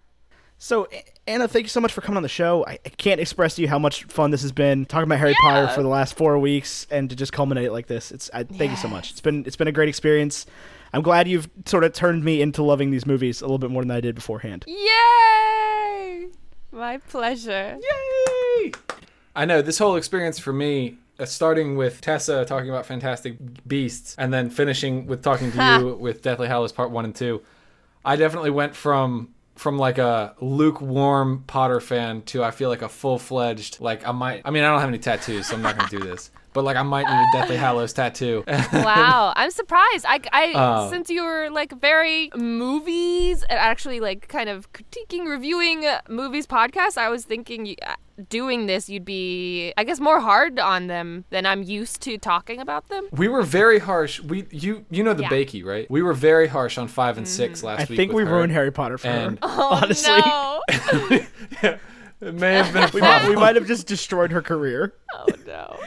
so A- Anna, thank you so much for coming on the show. I, I can't express to you how much fun this has been talking about Harry Potter for the last four weeks, and to just culminate like this. It's I, thank you so much. It's been it's been a great experience. I'm glad you've sort of turned me into loving these movies a little bit more than I did beforehand. Yay! My pleasure. Yay! I know this whole experience for me, uh, starting with Tessa talking about Fantastic Beasts, and then finishing with talking to you with Deathly Hallows Part One and Two, I definitely went from from like a lukewarm Potter fan to I feel like a full fledged like I might. I mean, I don't have any tattoos, so I'm not gonna do this. But like I might need a Deathly Hallows tattoo. Wow, I'm surprised. I, I Oh. since you were like very movies and actually like kind of critiquing, reviewing uh, movies podcasts, I was thinking you- uh, doing this you'd be I guess more hard on them than I'm used to talking about them. we were very harsh. We you you know the Yeah. bakey right? We were very harsh on five and six last I week. think with we her. ruined Harry Potter for And- her. Oh Honestly, no. It may have been a we, might, problem. we might have just destroyed her career. oh no.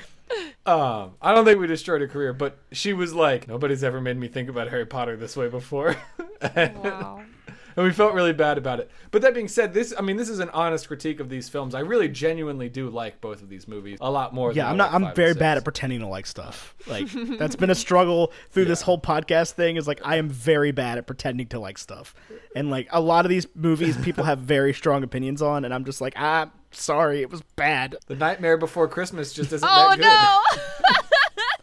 Um, I don't think we destroyed her career, but she was like, nobody's ever made me think about Harry Potter this way before. and, Wow. and we felt really bad about it. But that being said, this, I mean, this is an honest critique of these films. I really genuinely do like both of these movies a lot more than Yeah, I I'm not. like five I'm and very six. bad at pretending to like stuff. Like that's been a struggle through this whole podcast thing. Is like I am very bad at pretending to like stuff, and like a lot of these movies, people have very strong opinions on, and I'm just like, ah, sorry, it was bad. The Nightmare Before Christmas just isn't Oh that good. no.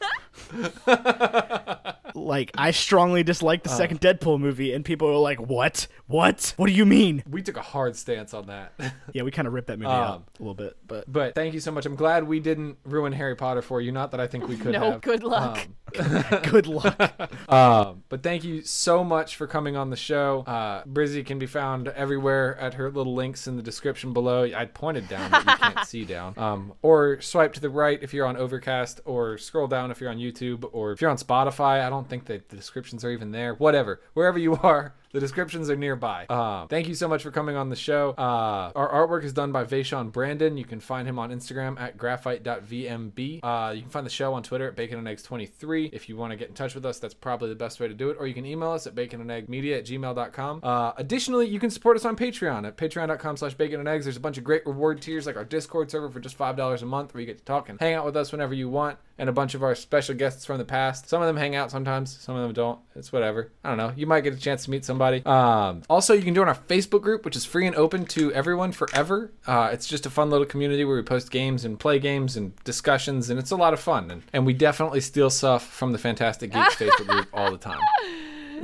Like I strongly dislike Uh. the second Deadpool movie, and people are like, what, what, what do you mean? We took a hard stance on that. Yeah, we kind of ripped that movie Um, out a little bit, but but thank you so much. I'm glad we didn't ruin Harry Potter for you. Not that I think we could No, have. good luck. Um, good luck. Um, but thank you so much for coming on the show. Uh, Brizzy can be found everywhere at her little links in the description below. I pointed down, but you can't see down. Um, or swipe to the right if you're on Overcast, or scroll down if you're on YouTube, or if you're on Spotify. I don't think that the descriptions are even there. Whatever. Wherever you are, the descriptions are nearby. Um, thank you so much for coming on the show. Uh, our artwork is done by Vaishon Brandon. You can find him on Instagram at graphite.vmb. Uh, you can find the show on Twitter at baconandeggs23. If you want to get in touch with us, that's probably the best way to do it. Or you can email us at baconandeggmedia at gmail.com. Uh, additionally, you can support us on Patreon at patreon.com slash baconandeggs. There's a bunch of great reward tiers like our Discord server for just $5 a month where you get to talk and hang out with us whenever you want and a bunch of our special guests from the past. Some of them hang out sometimes, some of them don't. It's whatever. I don't know. You might get a chance to meet somebody. Um, also, you can join our Facebook group, which is free and open to everyone forever. Uh, it's just a fun little community where we post games and play games and discussions, and it's a lot of fun. And, and we definitely steal stuff from the Fantastic Geeks Facebook group all the time.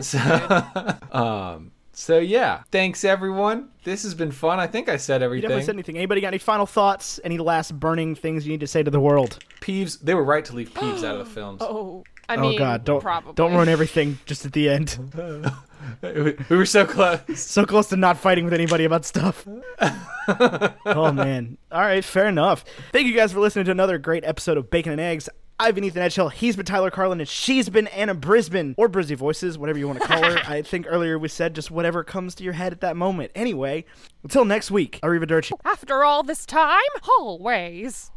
So, um, so yeah. Thanks, everyone. This has been fun. I think I said You definitely everything. said anything. Anybody got any final thoughts? Any last burning things you need to say to the world? Peeves. They were right to leave Peeves out of the films. Oh, I Oh mean, God, don't probably. don't ruin everything just at the end. We we were so close. so close to not fighting with anybody about stuff. oh man. All right, fair enough. Thank you guys for listening to another great episode of Bacon and Eggs. I've been Ethan Edgehill. He's been Tyler Carlin, and she's been Anna Brisbane or Brizzy Voices, whatever you want to call her. I think earlier we said just whatever comes to your head at that moment. Anyway, until next week, arrivederci. After all this time, always.